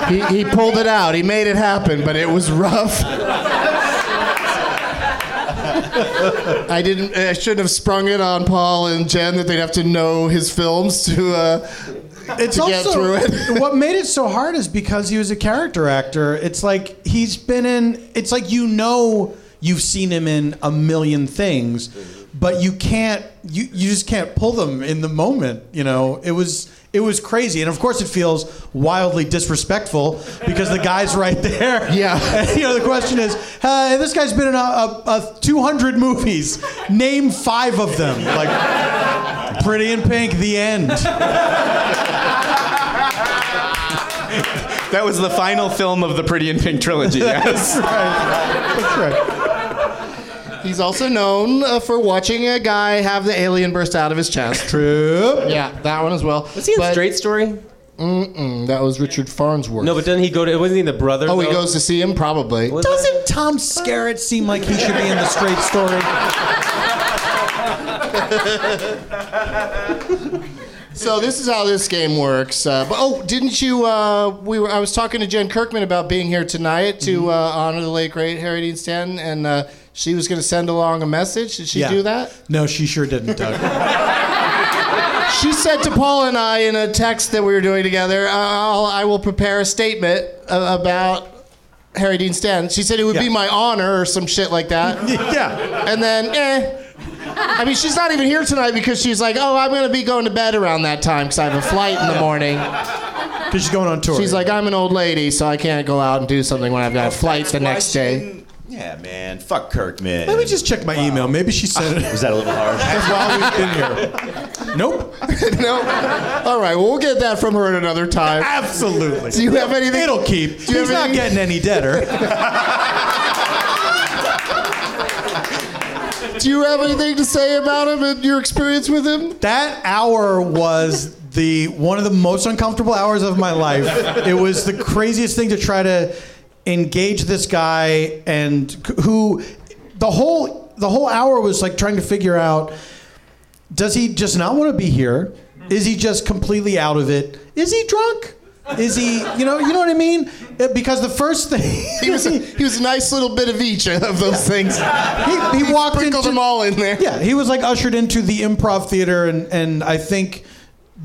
he, he pulled it out. He made it happen, but it was rough. I didn't. I shouldn't have sprung it on Paul and Jen that they'd have to know his films to uh, It's to also get through it. (laughs) what made it so hard is because he was a character actor. It's like he's been in. It's like you know you've seen him in a million things, but you can't. You you just can't pull them in the moment. You know it was. It was crazy, and of course, it feels wildly disrespectful because the guy's (laughs) right there. Yeah. (laughs) And, you know, the question is, uh, this guy's been in a, a, a 200 movies. Name five of them. Like, Pretty in Pink, The End. that was the final film of the Pretty in Pink (laughs) trilogy, yes. That's right. He's also known uh, for watching a guy have the alien burst out of his chest. True. Yeah, that one as well. Was he in Straight Story? Mm-mm, that was Richard Farnsworth. No, but doesn't he go to? Wasn't he the brother? oh, he though? goes to see him probably. Doesn't Tom Skerritt seem like he should be in the straight story? So this is how this game works. Uh, but oh, didn't you? Uh, we were. I was talking to Jen Kirkman about being here tonight to uh, honor the late great Harry Dean Stanton, and uh, she was going to send along a message. Did she Yeah. do that? No, she sure didn't, Doug. (laughs) She said to Paul and I in a text that we were doing together, I'll, I will prepare a statement a- about Harry Dean Stanton. She said it would be Yeah. my honor or some shit like that. (laughs) yeah. And then, eh. I mean, she's not even here tonight because she's like, oh, I'm going to be going to bed around that time because I have a flight in (laughs) the morning. Because she's going on tour. She's like, I'm an old lady, so I can't go out and do something when I've got a flight the next day. Yeah, man. Fuck Kirkman. let me just check my email. Maybe she sent it Was that a little harsh? while we've been here. Nope. (laughs) no? All right, well, we'll get that from her at another time. Absolutely. Do you have anything? It'll keep. Do you have He's not anything- getting any deader. Do you have anything to say about him and your experience with him? That hour was the one of the most uncomfortable hours of my life. It was the craziest thing to try to engage this guy and c- who the whole the whole hour was like trying to figure out does he just not want to be here? Is he just completely out of it? Is he drunk? Is he, you know, you know what I mean? Uh, Because the first thing (laughs) He was, a, he was a nice little bit of each of those things. he, he walked sprinkled into them all in there. Yeah, he was like ushered into the improv theater, and and I think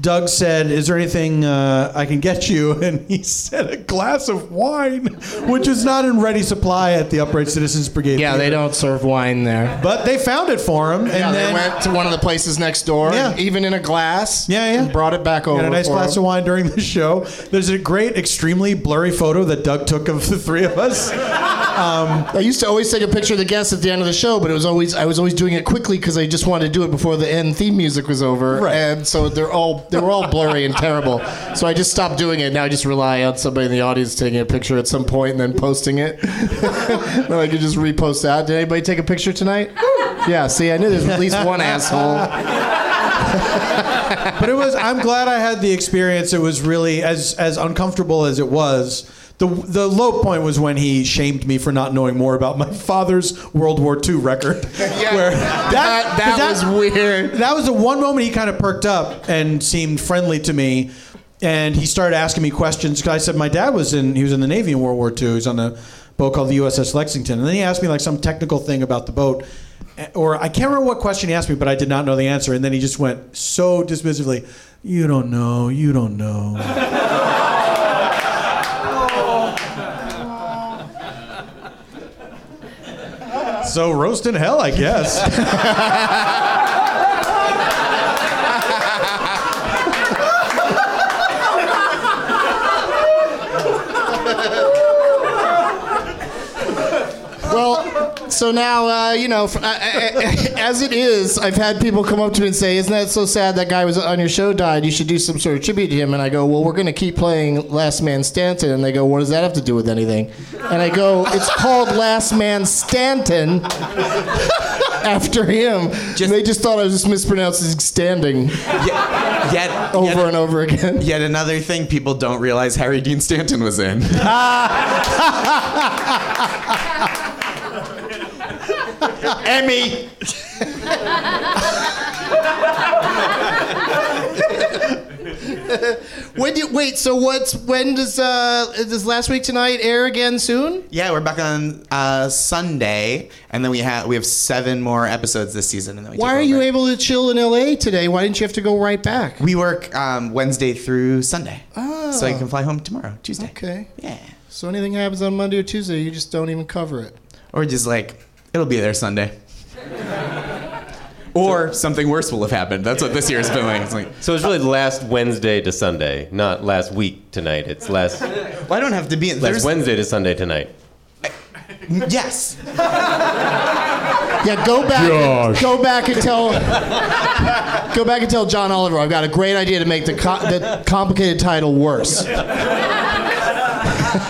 Doug said, "Is there anything uh, I can get you?" (laughs) And he said, "A glass of wine," which is not in ready supply at the Upright Citizens Brigade. Yeah, they don't serve wine there. But they found it for him, and yeah, then they went to one of the places next door, Yeah. and even in a glass. Yeah, yeah. brought it back over. Got a nice for glass him. of wine during the show. There's a great, extremely blurry photo that Doug took of the three of us. Um, I used to always take a picture of the guests at the end of the show, but it was always I was always doing it quickly because I just wanted to do it before the end theme music was over, and so they're all they were all blurry and terrible. So I just stopped doing it. Now I just rely on somebody in the audience taking a picture at some point and then posting it. (laughs) then I could just repost that. Did anybody take a picture tonight? Yeah. See, I knew there's at least one asshole. but it was. I'm glad I had the experience. It was really as as uncomfortable as it was. The, the low point was when he shamed me for not knowing more about my father's World War II (laughs) record. Where that, that was weird. That was the one moment he kind of perked up and seemed friendly to me. And he started asking me questions. 'Cause I said my dad was in he was in the Navy in World War II. He was on a boat called the USS Lexington. And then he asked me like some technical thing about the boat, Eh, or I can't remember what question he asked me, but I did not know the answer. And then he just went so dismissively, "You don't know. You don't know." (laughs) so roast in hell, I guess. Well, so now uh, you know. f- I- I- (laughs) I- as it is, I've had people come up to me and say, "Isn't that so sad? That guy was on your show died. You should do some sort of tribute to him." And I go, "Well, we're going to keep playing Last Man Stanton." And they go, "What does that have to do with anything?" And I go, "It's called Last Man Stanton." (laughs) After him, and they just thought I was just mispronouncing standing (laughs) yet, over and over again. Yet another thing people don't realize Harry Dean Stanton was (laughs) in. Emmy. when do, wait, so what's when does uh does last week tonight air again soon? yeah, we're back on uh, Sunday, and then we have we have seven more episodes this season, and then we Why are you able to chill in LA today? Why didn't you have to go right back? We work um, Wednesday through Sunday, Oh. so I can fly home tomorrow, Tuesday, Okay. Yeah. So anything happens on Monday or Tuesday, you just don't even cover it. or just like it'll be there Sunday. (laughs) Or something worse will have happened. That's what this (laughs) year's been like. It's like So it's really last Wednesday to Sunday, not last week tonight. It's last. Well, I don't have to be. Last Wednesday to Sunday tonight. (laughs) Yes. Yeah, go back. Gosh. Go back and tell. go back and tell John Oliver. I've got a great idea to make the co- the complicated title worse.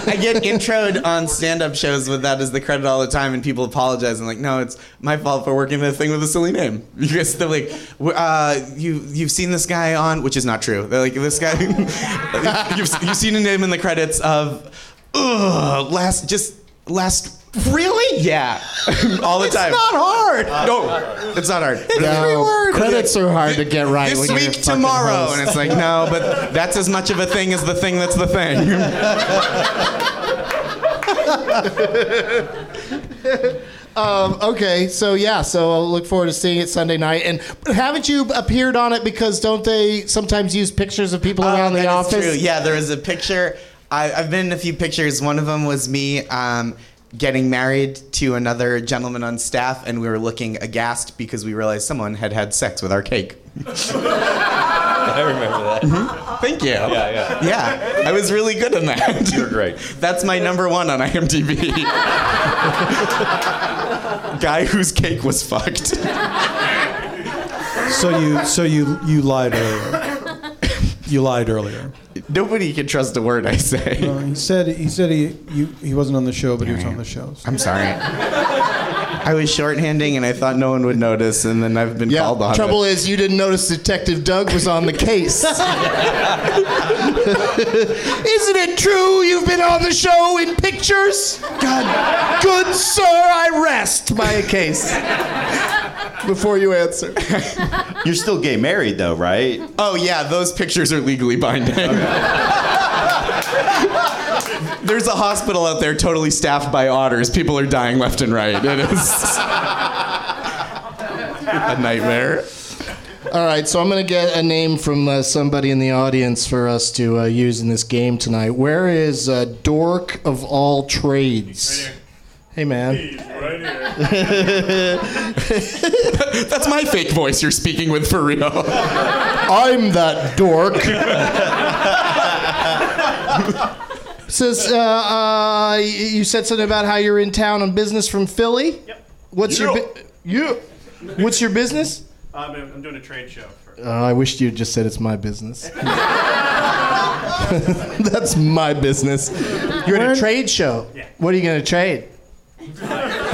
I get introed on stand-up shows with that as the credit all the time, and people apologize. I'm like, no, it's my fault for working the thing with a silly name. (laughs) You guys, they're like, w- uh, you you've seen this guy on, which is not true. They're like, this guy, (laughs) you've, you've seen him in the credits of, ugh, last just last. Really? Yeah, (laughs) all the time. not hard. No, it's not hard. It's three words. Oh, Credits are hard to get right. This when you're a week fucking tomorrow, host. and it's like no, but that's as much of a thing as the thing that's the (laughs) thing. um, okay, so yeah, so I'll look forward to seeing it Sunday night. And but haven't you appeared on it because don't they sometimes use pictures of people around the That's office? Um, true. Yeah, there was a picture. I, I've been in a few pictures. One of them was me um, getting married to another gentleman on staff, and we were looking aghast because we realized someone had had sex with our cake. (laughs) Mm-hmm. I remember that. Thank you. Yeah, yeah. Yeah, I was really good in that. You're great. (laughs) That's my number one on IMDb. (laughs) Guy whose cake was fucked. (laughs) so you so you you lied earlier. You lied earlier. Nobody can trust a word I say. No, he said he said he you, he wasn't on the show, but he was on the show. I'm sorry. I was shorthanding, and I thought no one would notice, and then I've been called on. Trouble it. is, you didn't notice Detective Doug was on the (laughs) case. Isn't it true you've been on the show in pictures? God, good sir, I rest my case. Before you answer, You're still gay married though, right? Oh yeah, those pictures are legally binding. There's a hospital out there totally staffed by otters. People are dying left and right. It is a nightmare. All right, so I'm going to get a name from uh, somebody in the audience for us to uh, use in this game tonight. Where is uh, Dork of all trades? Hey, man. (laughs) That's my fake voice you're speaking with for real. I'm that dork. Says uh, uh, y- you said something about how you're in town on business from Philly. Yep. What's your Yeah. bu- you? What's your business? I'm, I'm doing a trade show. Uh, I wished you'd just said it's my business. (laughs) That's my business. You're at a trade show. What are you going to trade?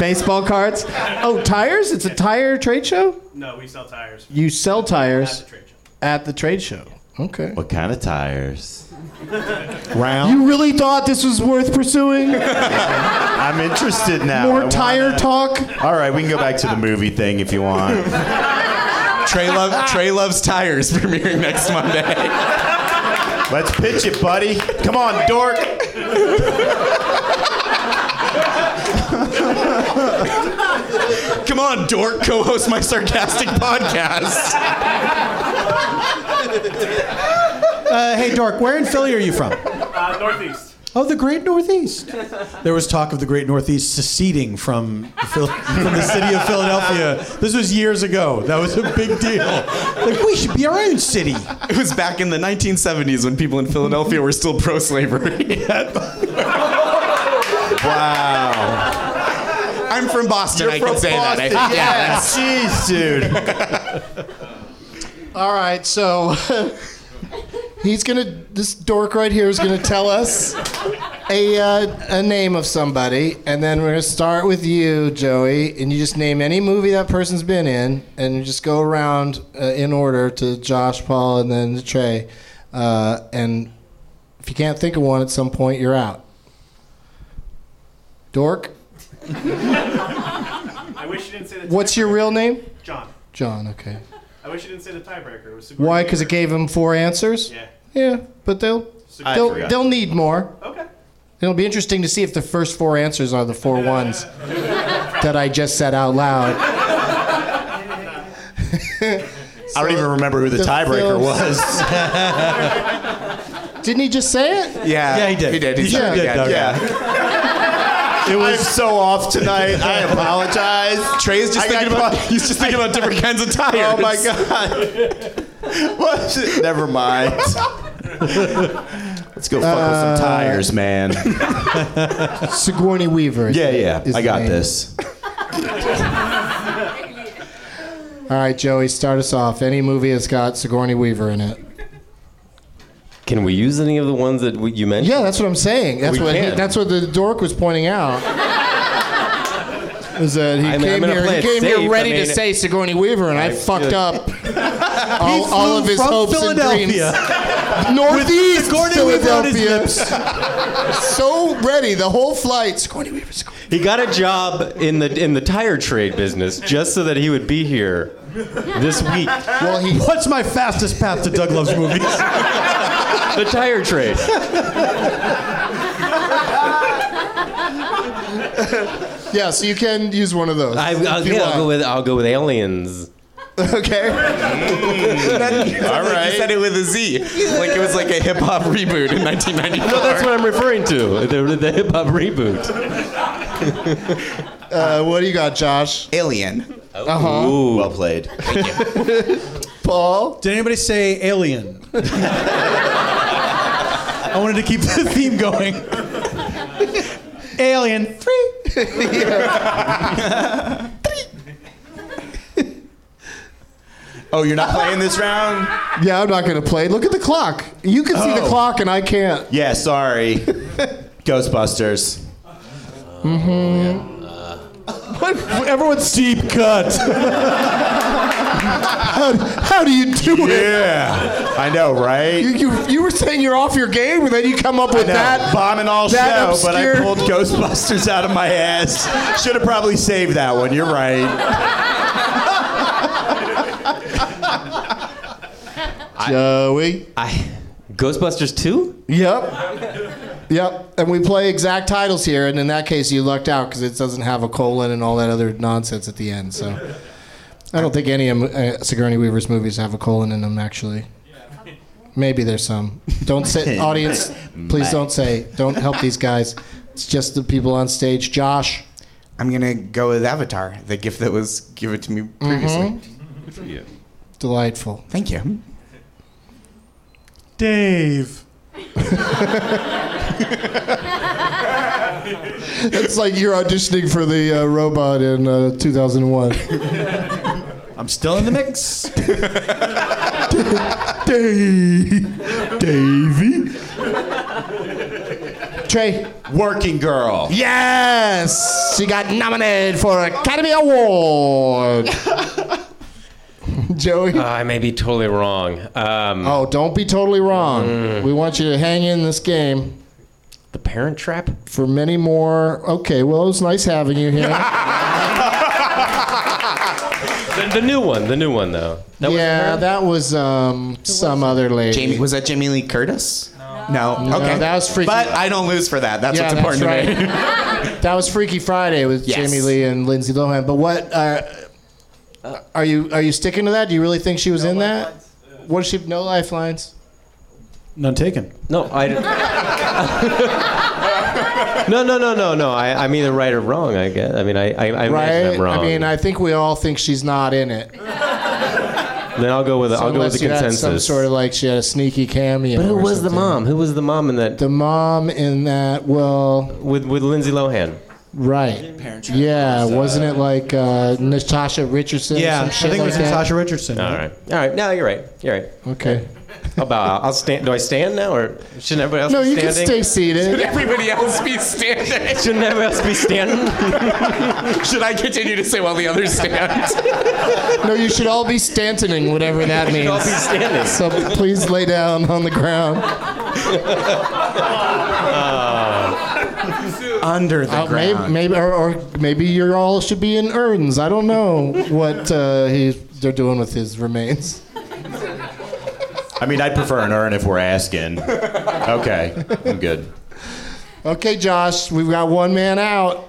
Baseball cards? Oh, tires? It's a tire trade show? No, we sell tires. You sell tires at the trade show. Okay. What kind of tires? Round. You really thought this was worth (laughs) pursuing? I'm interested now. More I wanna- tire talk? All right, we can go back to the movie thing if you want. Trey, Love, Trey Loves Tires premiering next Monday. (laughs) Let's pitch it, buddy. Come on, dork. Come on, dork, co host my sarcastic podcast. Uh, hey, Dork, where in Philly are you from? Uh, Northeast. Oh, the Great Northeast. There was talk of the Great Northeast seceding from the, (laughs) Phil- from the city of Philadelphia. This was years ago. That was a big deal. Like, we should be our own city. It was back in the 1970s when people in Philadelphia were still pro (laughs) slavery. wow. I'm from Boston, You're I can from say that. I, Boston, (laughs) yeah. All right, so (laughs) he's going to, this dork right here is going to tell us a, uh, a name of somebody, and then we're going to start with you, Joey, and you just name any movie that person's been in, and you just go around uh, in order to Josh, Paul, and then to Trey. Uh, and if you can't think of one at some point, you're out. Dork, I wish you didn't say the. what's your real name? John. John, okay. I wish you didn't say the tiebreaker. It was super Why? Because it gave them four answers. (laughs) Yeah. Yeah, but they'll I they'll forgot. they'll need more. Okay. It'll be interesting to see if the first four answers are the four ones that I just said out loud. I don't even remember who the, The tiebreaker Phil's- was. (laughs) Didn't he just say it? Yeah. Yeah, he did. He did. He He said sure it did, again. Doug. It was I'm so off tonight. I apologize. Trey's just I got thinking about he's just thinking about different kinds of tires. Oh my god. (laughs) what? Never mind. Let's go fuck with some tires, man. Uh, (laughs) Sigourney Weaver. is- Yeah, yeah. is I the got name. this. All right, Joey, start us off. Any movie that's got Sigourney Weaver in it. Can we use any of the ones that we, you mentioned? Yeah, that's what I'm saying. That's We what he, can. that's what the dork was pointing out. Is that he I mean, I'm came gonna here? play He it came safe, I here ready mean- to say Sigourney Weaver, and I, I fucked feel- up all, all of flew his from hopes and dreams. Philadelphia. (laughs) Northeast Sigourney Weaver on his Philadelphia. (laughs) so ready, the whole flight. Sigourney Weaver. Sigourney. He got a job in the in the tire trade business just so that he would be here this week. Well, he What's my fastest path to Doug Love's (laughs) movies? The tire trade. Yeah, so you can use one of those. I, I'll, if you yeah, I'll go want. with I'll go with aliens. okay. All He said right. it with a Z. Like it was like a hip hop reboot in 1994. No, that's what I'm (laughs) referring to. The, the hip hop reboot. (laughs) Uh, what do you got, Josh? Alien. Uh huh. Ooh. Well played. (laughs) Paul. Did anybody say alien? (laughs) I wanted to keep the theme going. (laughs) alien. (laughs) Free. Oh, you're not playing this round? Yeah, I'm not gonna play. Look at the clock. You can see the Oh. clock, and I can't. Yeah, (laughs) sorry. Ghostbusters. Mm-hmm. Oh, Everyone's deep cut. (laughs) how, how do you do it? Yeah. I know, right? You, you, you were saying you're off your game, and then you come up I with know, that. bombing all that show, but I obscure- pulled Ghostbusters out of my ass. Should have probably saved that one. You're right. Joey. I Ghostbusters two. Yep. Yep. And we play exact titles here, and in that case, you lucked out because it doesn't have a colon and all that other nonsense at the end. So, I don't think any of uh, Sigourney Weaver's movies have a colon in them, actually. Maybe there's some. (laughs) Don't say, audience, please don't say. Don't help these guys. It's just the people on stage. Josh. I'm going to go with Avatar, the gift that was given to me previously. Good for you. Mm-hmm. Delightful. Thank you. Dave. (laughs) It's like you're auditioning for the uh, robot in uh, 2001. I'm still in the mix. Dave. Davey. Trey. Working Girl. Yes! She got nominated for Academy Award. Mm. (laughs) Joey? Uh, I may be totally wrong. Um, Oh, don't be totally wrong. Mm. We want you to hang in this game. The Parent Trap? For many more. Okay, well, it was nice having (laughs) you here. the, the new one, the new one though. yeah, that was um, some other lady. Jamie, was that Jamie Lee Curtis? No. No, okay. that was freaky. But I don't lose for that. That's Yeah, what's important that's to (laughs) me. right. that was Freaky Friday with Yes. Jamie Lee and Lindsay Lohan. But what uh, are you are you sticking to that? Do you really think she was in that? What is she? No lifelines. None taken. No, I. (laughs) no, no, no, no, no. I, I'm either right or wrong. I guess. I mean, I, I, I right. imagine I'm wrong. I mean, I think we all think she's not in it. then I'll go with I'll go with unless the you Had some consensus. sort of like she had a sneaky cameo. But who or was the something. mom? Who was the mom in that? The mom in that. Well, with with Lindsay Lohan. right. Yeah, wasn't it like uh, Natasha Richardson? or Yeah, some I shit think it was like that? Natasha Richardson. All right. All right. No, you're right. You're right. Okay. I'll bow. I'll stand. Do I stand now, or shouldn't everybody else No, be you standing? can stay Should (laughs) seated. everybody else (laughs) be standing? Shouldn't everybody else be standing? (laughs) Should I continue to say while the others (laughs) stand? no, you should all be standing, whatever that means. should all be standing. So please lay down on the ground. Uh, Under the Uh, may- ground. Maybe, or, or maybe you all should be in urns. I don't know what uh, he, they're doing with his remains. I mean, I'd prefer an urn if we're asking. Okay, I'm good. Okay, Josh, we've got one man out.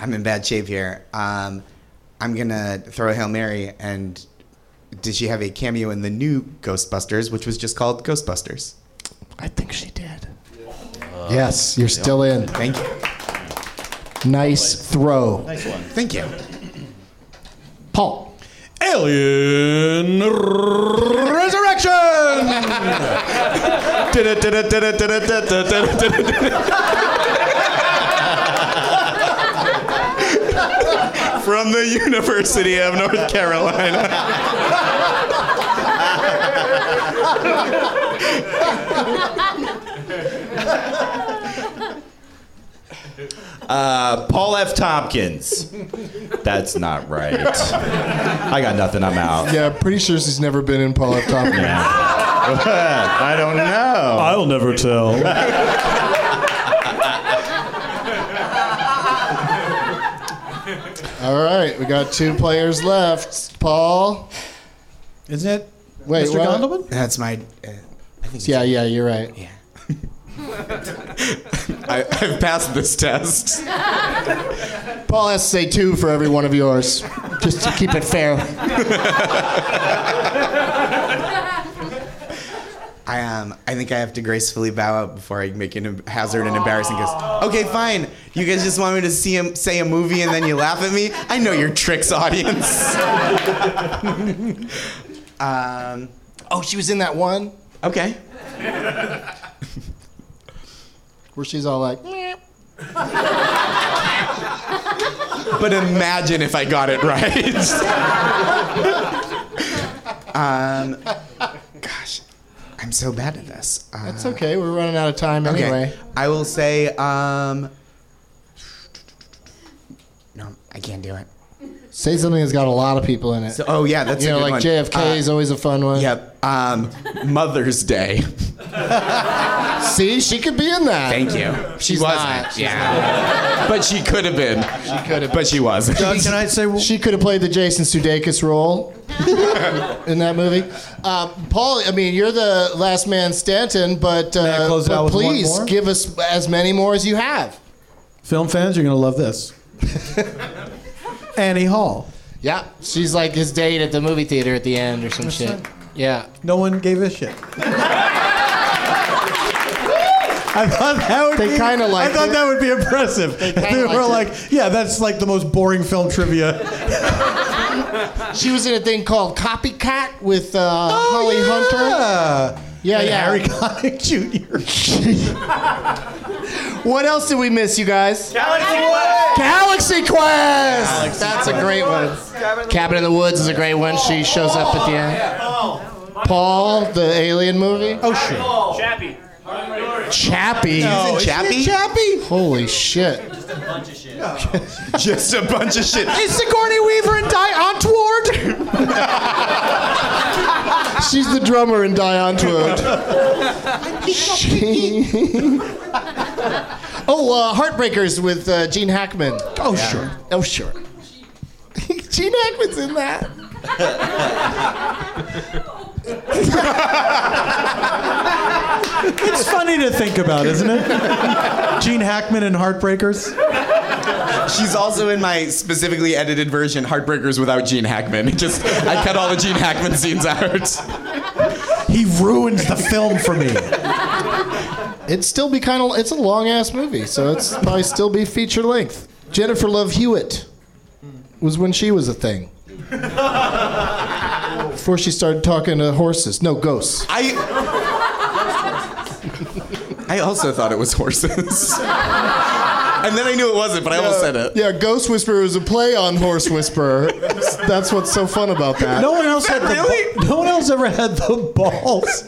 I'm in bad shape here. Um, I'm gonna throw a hail mary and. Did she have a cameo in the new Ghostbusters, which was just called Ghostbusters? I think she did. Uh, yes, you're still in. Thank you. Nice throw. Nice one. Thank you. Paul. Alien (laughs) From the University of North Carolina. (laughs) Uh, Paul F. Tompkins. That's not right. I got nothing. I'm out. (laughs) Yeah, pretty sure she's never been in Paul F. Tompkins. I don't know. I'll never tell. All right, we got two players left. Paul. Isn't it Wait, Mr. what? Gondelman? That's my. Uh, I think Yeah, yeah, you're right. I, I've passed this test. Paul has to say two for every one of yours, just to keep it fair. (laughs) (laughs) I um, I think I have to gracefully bow out before I make an em- hazard and embarrassing guess. Okay, fine. You guys just want me to see him say a movie and then you laugh at me. I know your tricks, (laughs) audience. um, oh, she was in that one. Okay. Where she's all like, "Meep." But imagine if I got (laughs) it (laughs) right. um, gosh, I'm so bad at this. Uh, That's okay. We're running out of time okay. anyway. I will say. Um, no, I can't do it. Say something that's got a lot of people in it. So- oh, yeah, that's you a know good like one. JFK Uh, is always a fun one. Yep. Um, Mother's Day. (laughs) See, she could be in that. Thank you. She She's wasn't. not. She's yeah. But she could have been. She could have. But she wasn't. can I say she could have played the Jason Sudeikis role in that movie? Uh, Paul, I mean, you're the last man Stanton, but, uh, close it but out with one please more? give us as many more as you have. Film fans, you're going to love this. (laughs) Annie Hall. Yeah, she's like his date at the movie theater at the end or some That's shit. right. Yeah. No one gave a shit. I thought that would They be, kinda liked I thought it. that would be impressive. They, kinda were liked like, yeah, that's like the most boring film trivia. She was in a thing called Copycat with uh, Holly Hunter. Yeah, Oh, And yeah. Harry (laughs) Connick Jr. (laughs) what else did we miss, you guys? Galaxy Quest! Galaxy Quest. Galaxy That's Quest. a great one. Cabin in the Woods is a great one. She shows up at the end. Paul, the alien movie. Oh shit. Chappie. Chappie. No, isn't it He's in Chappie. Chappie. Holy shit. (laughs) Just a bunch of shit. Is Sigourney Weaver in Die Antwoord? She's the drummer in Die (laughs) Antwoord. She- oh, uh, Heartbreakers with uh, Gene Hackman. Oh sure. Oh sure. Gene Hackman's in that. it's funny to think about, isn't it? Gene Hackman and Heartbreakers. She's also in my specifically edited version, Heartbreakers without Gene Hackman. It Just I cut all the Gene Hackman scenes out. (laughs) He ruins the film for me. (laughs) It'd still be kind of. It's a long ass movie, so it's probably still be feature length. Jennifer Love Hewitt was when she was a thing. Before she started talking to horses, no ghosts. I I also thought it was horses. and then I knew it wasn't, but I almost said it. Yeah, Ghost Whisperer is a play on Horse Whisperer. That's what's so fun about that. No one else had the ba- no one else ever had the balls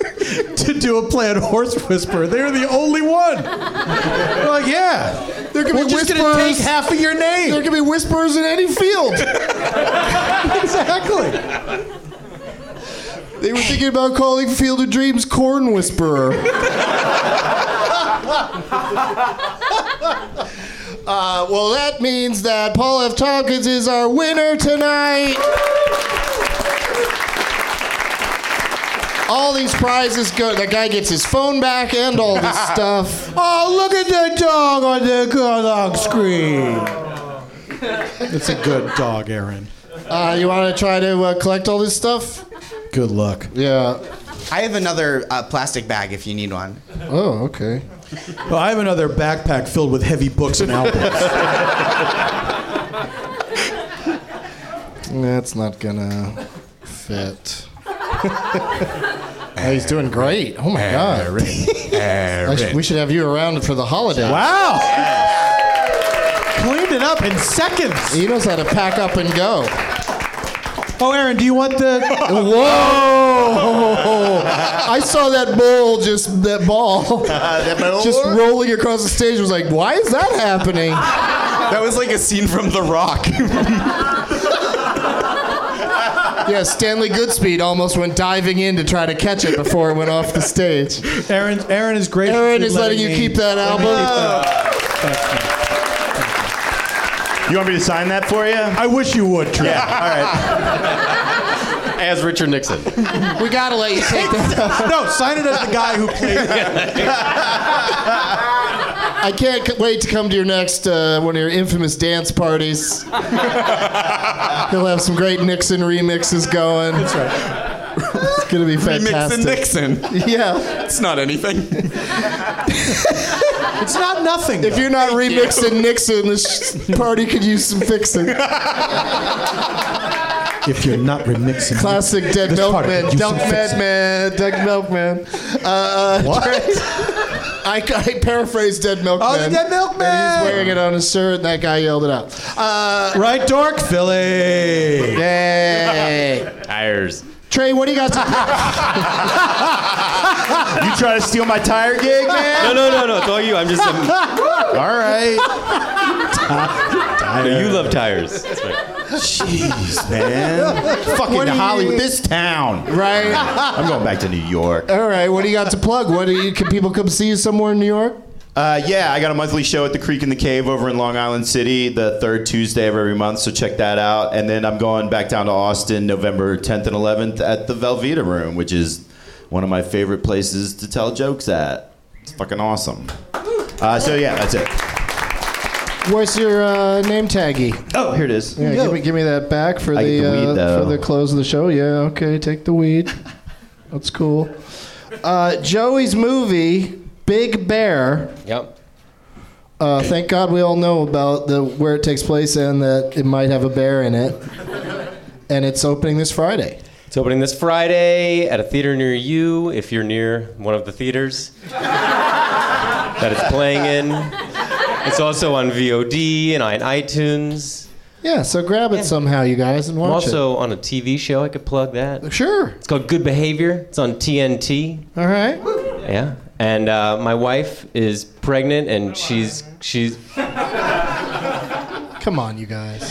to do a play on Horse Whisperer. They're the only one. They're like, yeah, There could we're be just gonna whisperers. take half of your name. There could be whispers in any (laughs) field. exactly. They were thinking about calling Field of Dreams Corn Whisperer. Uh, well, that means that Paul F. Tompkins is our winner tonight. All these prizes go. The guy gets his phone back and all (laughs) (laughs) this stuff. Oh, look at the dog on the dog screen. It's a good dog, Aaron. Uh, you want to try to uh, collect all this stuff? Good luck. Yeah. I have another uh, plastic bag if you need one. Oh, okay. Well, I have another backpack filled with heavy books and albums. That's not gonna fit. Oh, (laughs) he's doing great. Oh my god. (laughs) I sh- we should have you around for the holiday. Wow. Cleaned it up in seconds. He knows how to pack up and go. Oh, Aaron, do you want (laughs) the? Whoa! I saw that ball just that (laughs) ball just rolling across the stage. I was like, why is that happening? That was like a scene from The Rock. (laughs) Yeah, Stanley Goodspeed almost went diving in to try to catch it before it went off the stage. Aaron, Aaron is great. Aaron is letting you keep that album. (laughs) You want me to sign that for you? I wish you would, Trey. Yeah, all right. As Richard Nixon. (laughs) We gotta let you take that. (laughs) no, sign it as the guy who played. (laughs) I can't c- wait to come to your next uh, one of your infamous dance (laughs) parties. You'll have some great Nixon remixes going. That's right. it's gonna be Remix and fantastic. Nixon. Yeah, It's not anything. It's not nothing. if you're not remixing Nixon, this sh- party could use (laughs) some fixing. If you're not remixing, Classic Dead This part Milkman, you Dunk should fix Man, it. man, Dunk Milkman. Uh, What? Trey- I, I paraphrased Dead Milkman. Oh, the Dead Milkman! And he's wearing it on his shirt, and that guy yelled it out. Uh, Right, Dork Philly. Yay! Tires. Trey, what do you got to You try to steal my tire gig, man? No, no, no, no. It's all you. I'm (laughs) just. All right. (laughs) no, you love tires. That's right. Jeez, man. What Fucking do you- Hollywood, this town. (laughs) Right. I'm going back to New York. All right. What do you got to plug? What do you? Can people come see you somewhere in New York? Uh, yeah, I got a monthly show at the Creek in the Cave over in Long Island City, the third Tuesday of every month. So check that out. And then I'm going back down to Austin November 10th and 11th at the Velveeta Room, which is one of my favorite places to tell jokes at. It's fucking awesome. Uh, so yeah, that's it. Where's your uh, name taggy? Oh, here it is. Yeah, give me, give me that back for I the, get the weed, uh, though. for the close of the show. Yeah, okay, take the weed. That's cool. Uh, Joey's movie, Big Bear. Yep. Uh, thank God we all know about the where it takes place and that it might have a bear in it. And it's opening this Friday. It's opening this Friday at a theater near you, if you're near one of the theaters (laughs) that it's playing in. It's also on VOD and on iTunes. Yeah, so grab it somehow, you guys, and I'm watch also on a TV show. I could plug that. Sure. It's called Good Behavior. It's on TNT. it. All right. Yeah. And uh, my wife is pregnant, and she's she's Come on, you guys.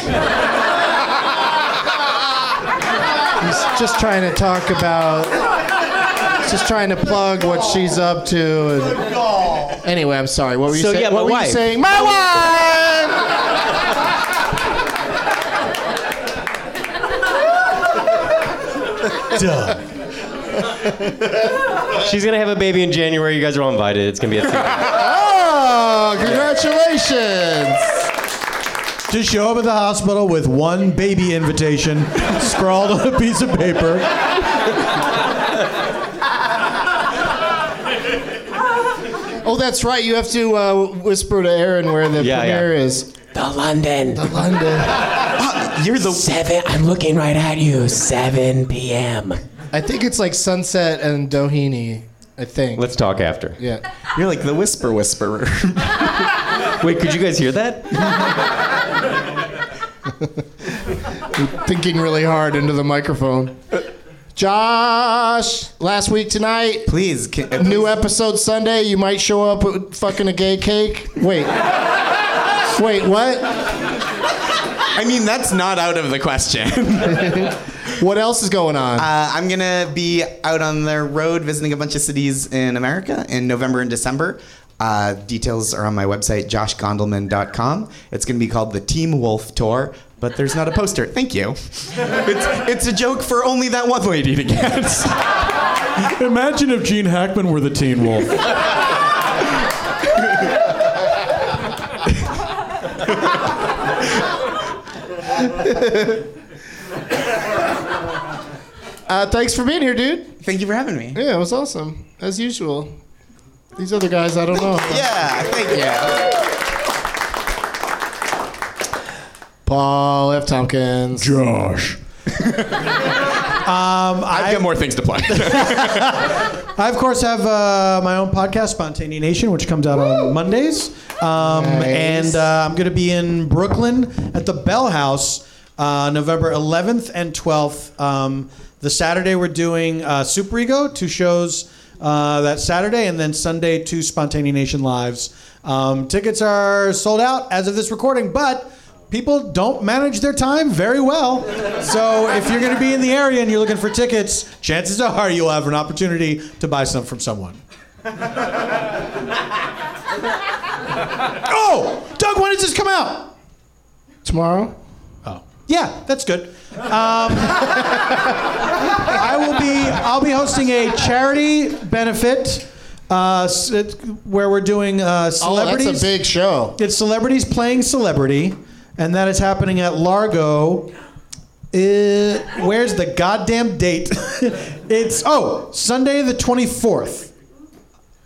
He's just trying to talk about. Just trying to plug what she's up to. And anyway, I'm sorry. What were you So, saying? yeah, what my were wife. you saying? My wife. Duh. she's gonna have a baby in January. You guys are all invited. It's gonna be a thing. Oh, congratulations. Just show up at the hospital with one baby invitation scrawled on a piece of paper. Oh, that's right. You have to uh, whisper to Aaron where the Yeah, yeah. premiere is. The London. The London. Ah, you're the seven. I'm looking right at you. Seven p.m. I think it's like Sunset and Doheny. I think. Let's talk after. Yeah. You're like the whisper whisperer. Wait, could you guys hear that? Thinking really hard into the microphone. Josh, last week tonight. Please, new episode Sunday. You might show up with fucking a gay cake. Wait, wait, what? I mean, that's not out of the question. (laughs) what else is going on? Uh, I'm going to be out on the road visiting a bunch of cities in America in November and December. Uh, details are on my website, joshgondelman.com. It's going to be called the Team Wolf Tour, but there's not a poster. Thank you. It's, it's a joke for only that one lady to get. Imagine if Gene Hackman were the Teen Wolf. Uh, thanks for being here, dude. Thank you for having me. Yeah, it was awesome as usual. These other guys, I don't know. Yeah, Uh, thank you. Paul F. Tompkins. Josh. Um, I've got more things (laughs) to plug. I, of course, have uh, my own podcast, Spontanea Nation, which comes out on Mondays. Um, And uh, I'm going to be in Brooklyn at the Bell House uh, November 11th and 12th. Um, the Saturday, we're doing uh, Super Ego, two shows uh, that Saturday, and then Sunday, two Spontanea Nation lives. Um, tickets are sold out as of this recording, but people don't manage their time very well. So if you're going to be in the area and you're looking for tickets, chances are you'll have an opportunity to buy some from someone. Oh, Doug, when does this come out? Tomorrow. Oh. Yeah, that's good. Um, I will be. I'll be hosting a charity benefit. Uh, s- it- where we're doing uh, celebrities. Oh, a big show. It's celebrities playing celebrity, and that is happening at Largo. Uh, where's the goddamn date? (laughs) it's oh Sunday the twenty fourth.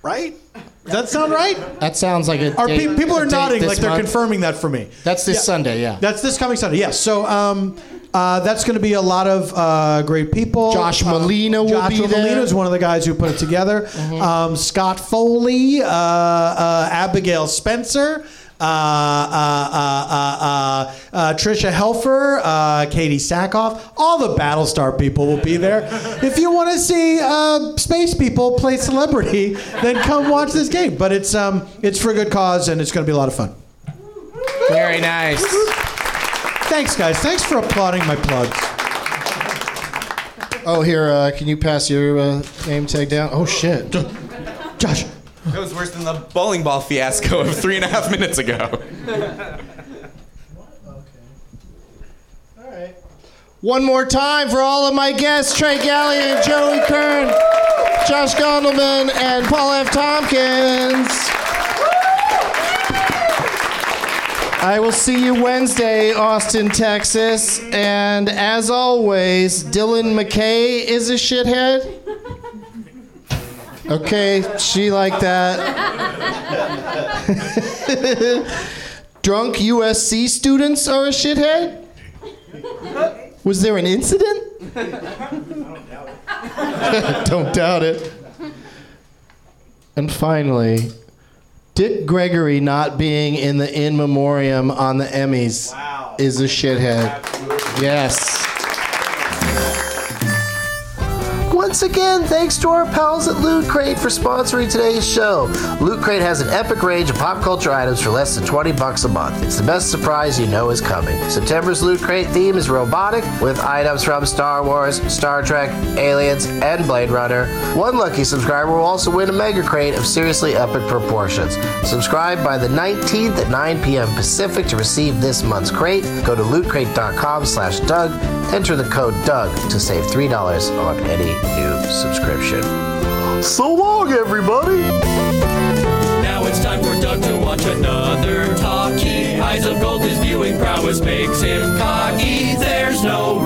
Right? Does that sound right? That sounds like a. Are date- pe- people a are date nodding this like they're month. confirming that for me? That's this Yeah. Sunday, yeah. That's this coming Sunday. Yes. So um, uh, that's going to be a lot of uh, great people. Josh Uh, Molina will Josh be there. Mm-hmm. Molina is one of the guys who put it together. Um, Scott Foley, uh, uh, Abigail Spencer. Uh, uh, uh, uh, uh, uh, Trisha Helfer, uh, Katie Sackhoff, all the Battlestar people will be (laughs) there. If you want to see uh, space people play celebrity, then come watch this game. But it's um, it's for a good cause, and it's going to be a lot of fun. Very nice. Thanks, guys. Thanks for applauding my plugs. Oh, here, uh, can you pass your uh, name tag down? Oh, shit. Josh. That was worse than the bowling ball fiasco of three and a half minutes ago. One more time for all of my guests Trey Gallion, Joey Kern, Josh Gondelman, and Paul F. Tompkins. I will see you Wednesday, Austin, Texas. And as always, Dylan McKay is a shithead. Okay, she like uh, that. (laughs) Drunk USC students are a shithead? Was there an incident? Don't doubt it. And finally, Dick Gregory not being in the in memoriam on the Emmys is a shithead. Yes. Once again, thanks to our pals at Loot Crate for sponsoring today's show. Loot Crate has an epic range of pop culture items for less than 20 bucks a month. It's the best surprise you know is coming. September's Loot Crate theme is robotic, with items from Star Wars, Star Trek, Aliens, and Blade Runner. One lucky subscriber will also win a mega crate of seriously epic proportions. Subscribe by the 19th at 9 p.m. Pacific to receive this month's crate. Go to lootcrate.com slash Doug. Enter the code Doug to save $3 on any new subscription. So long, everybody! Now it's time for Doug to watch another talkie. Eyes of gold, his viewing prowess makes him cocky. There's no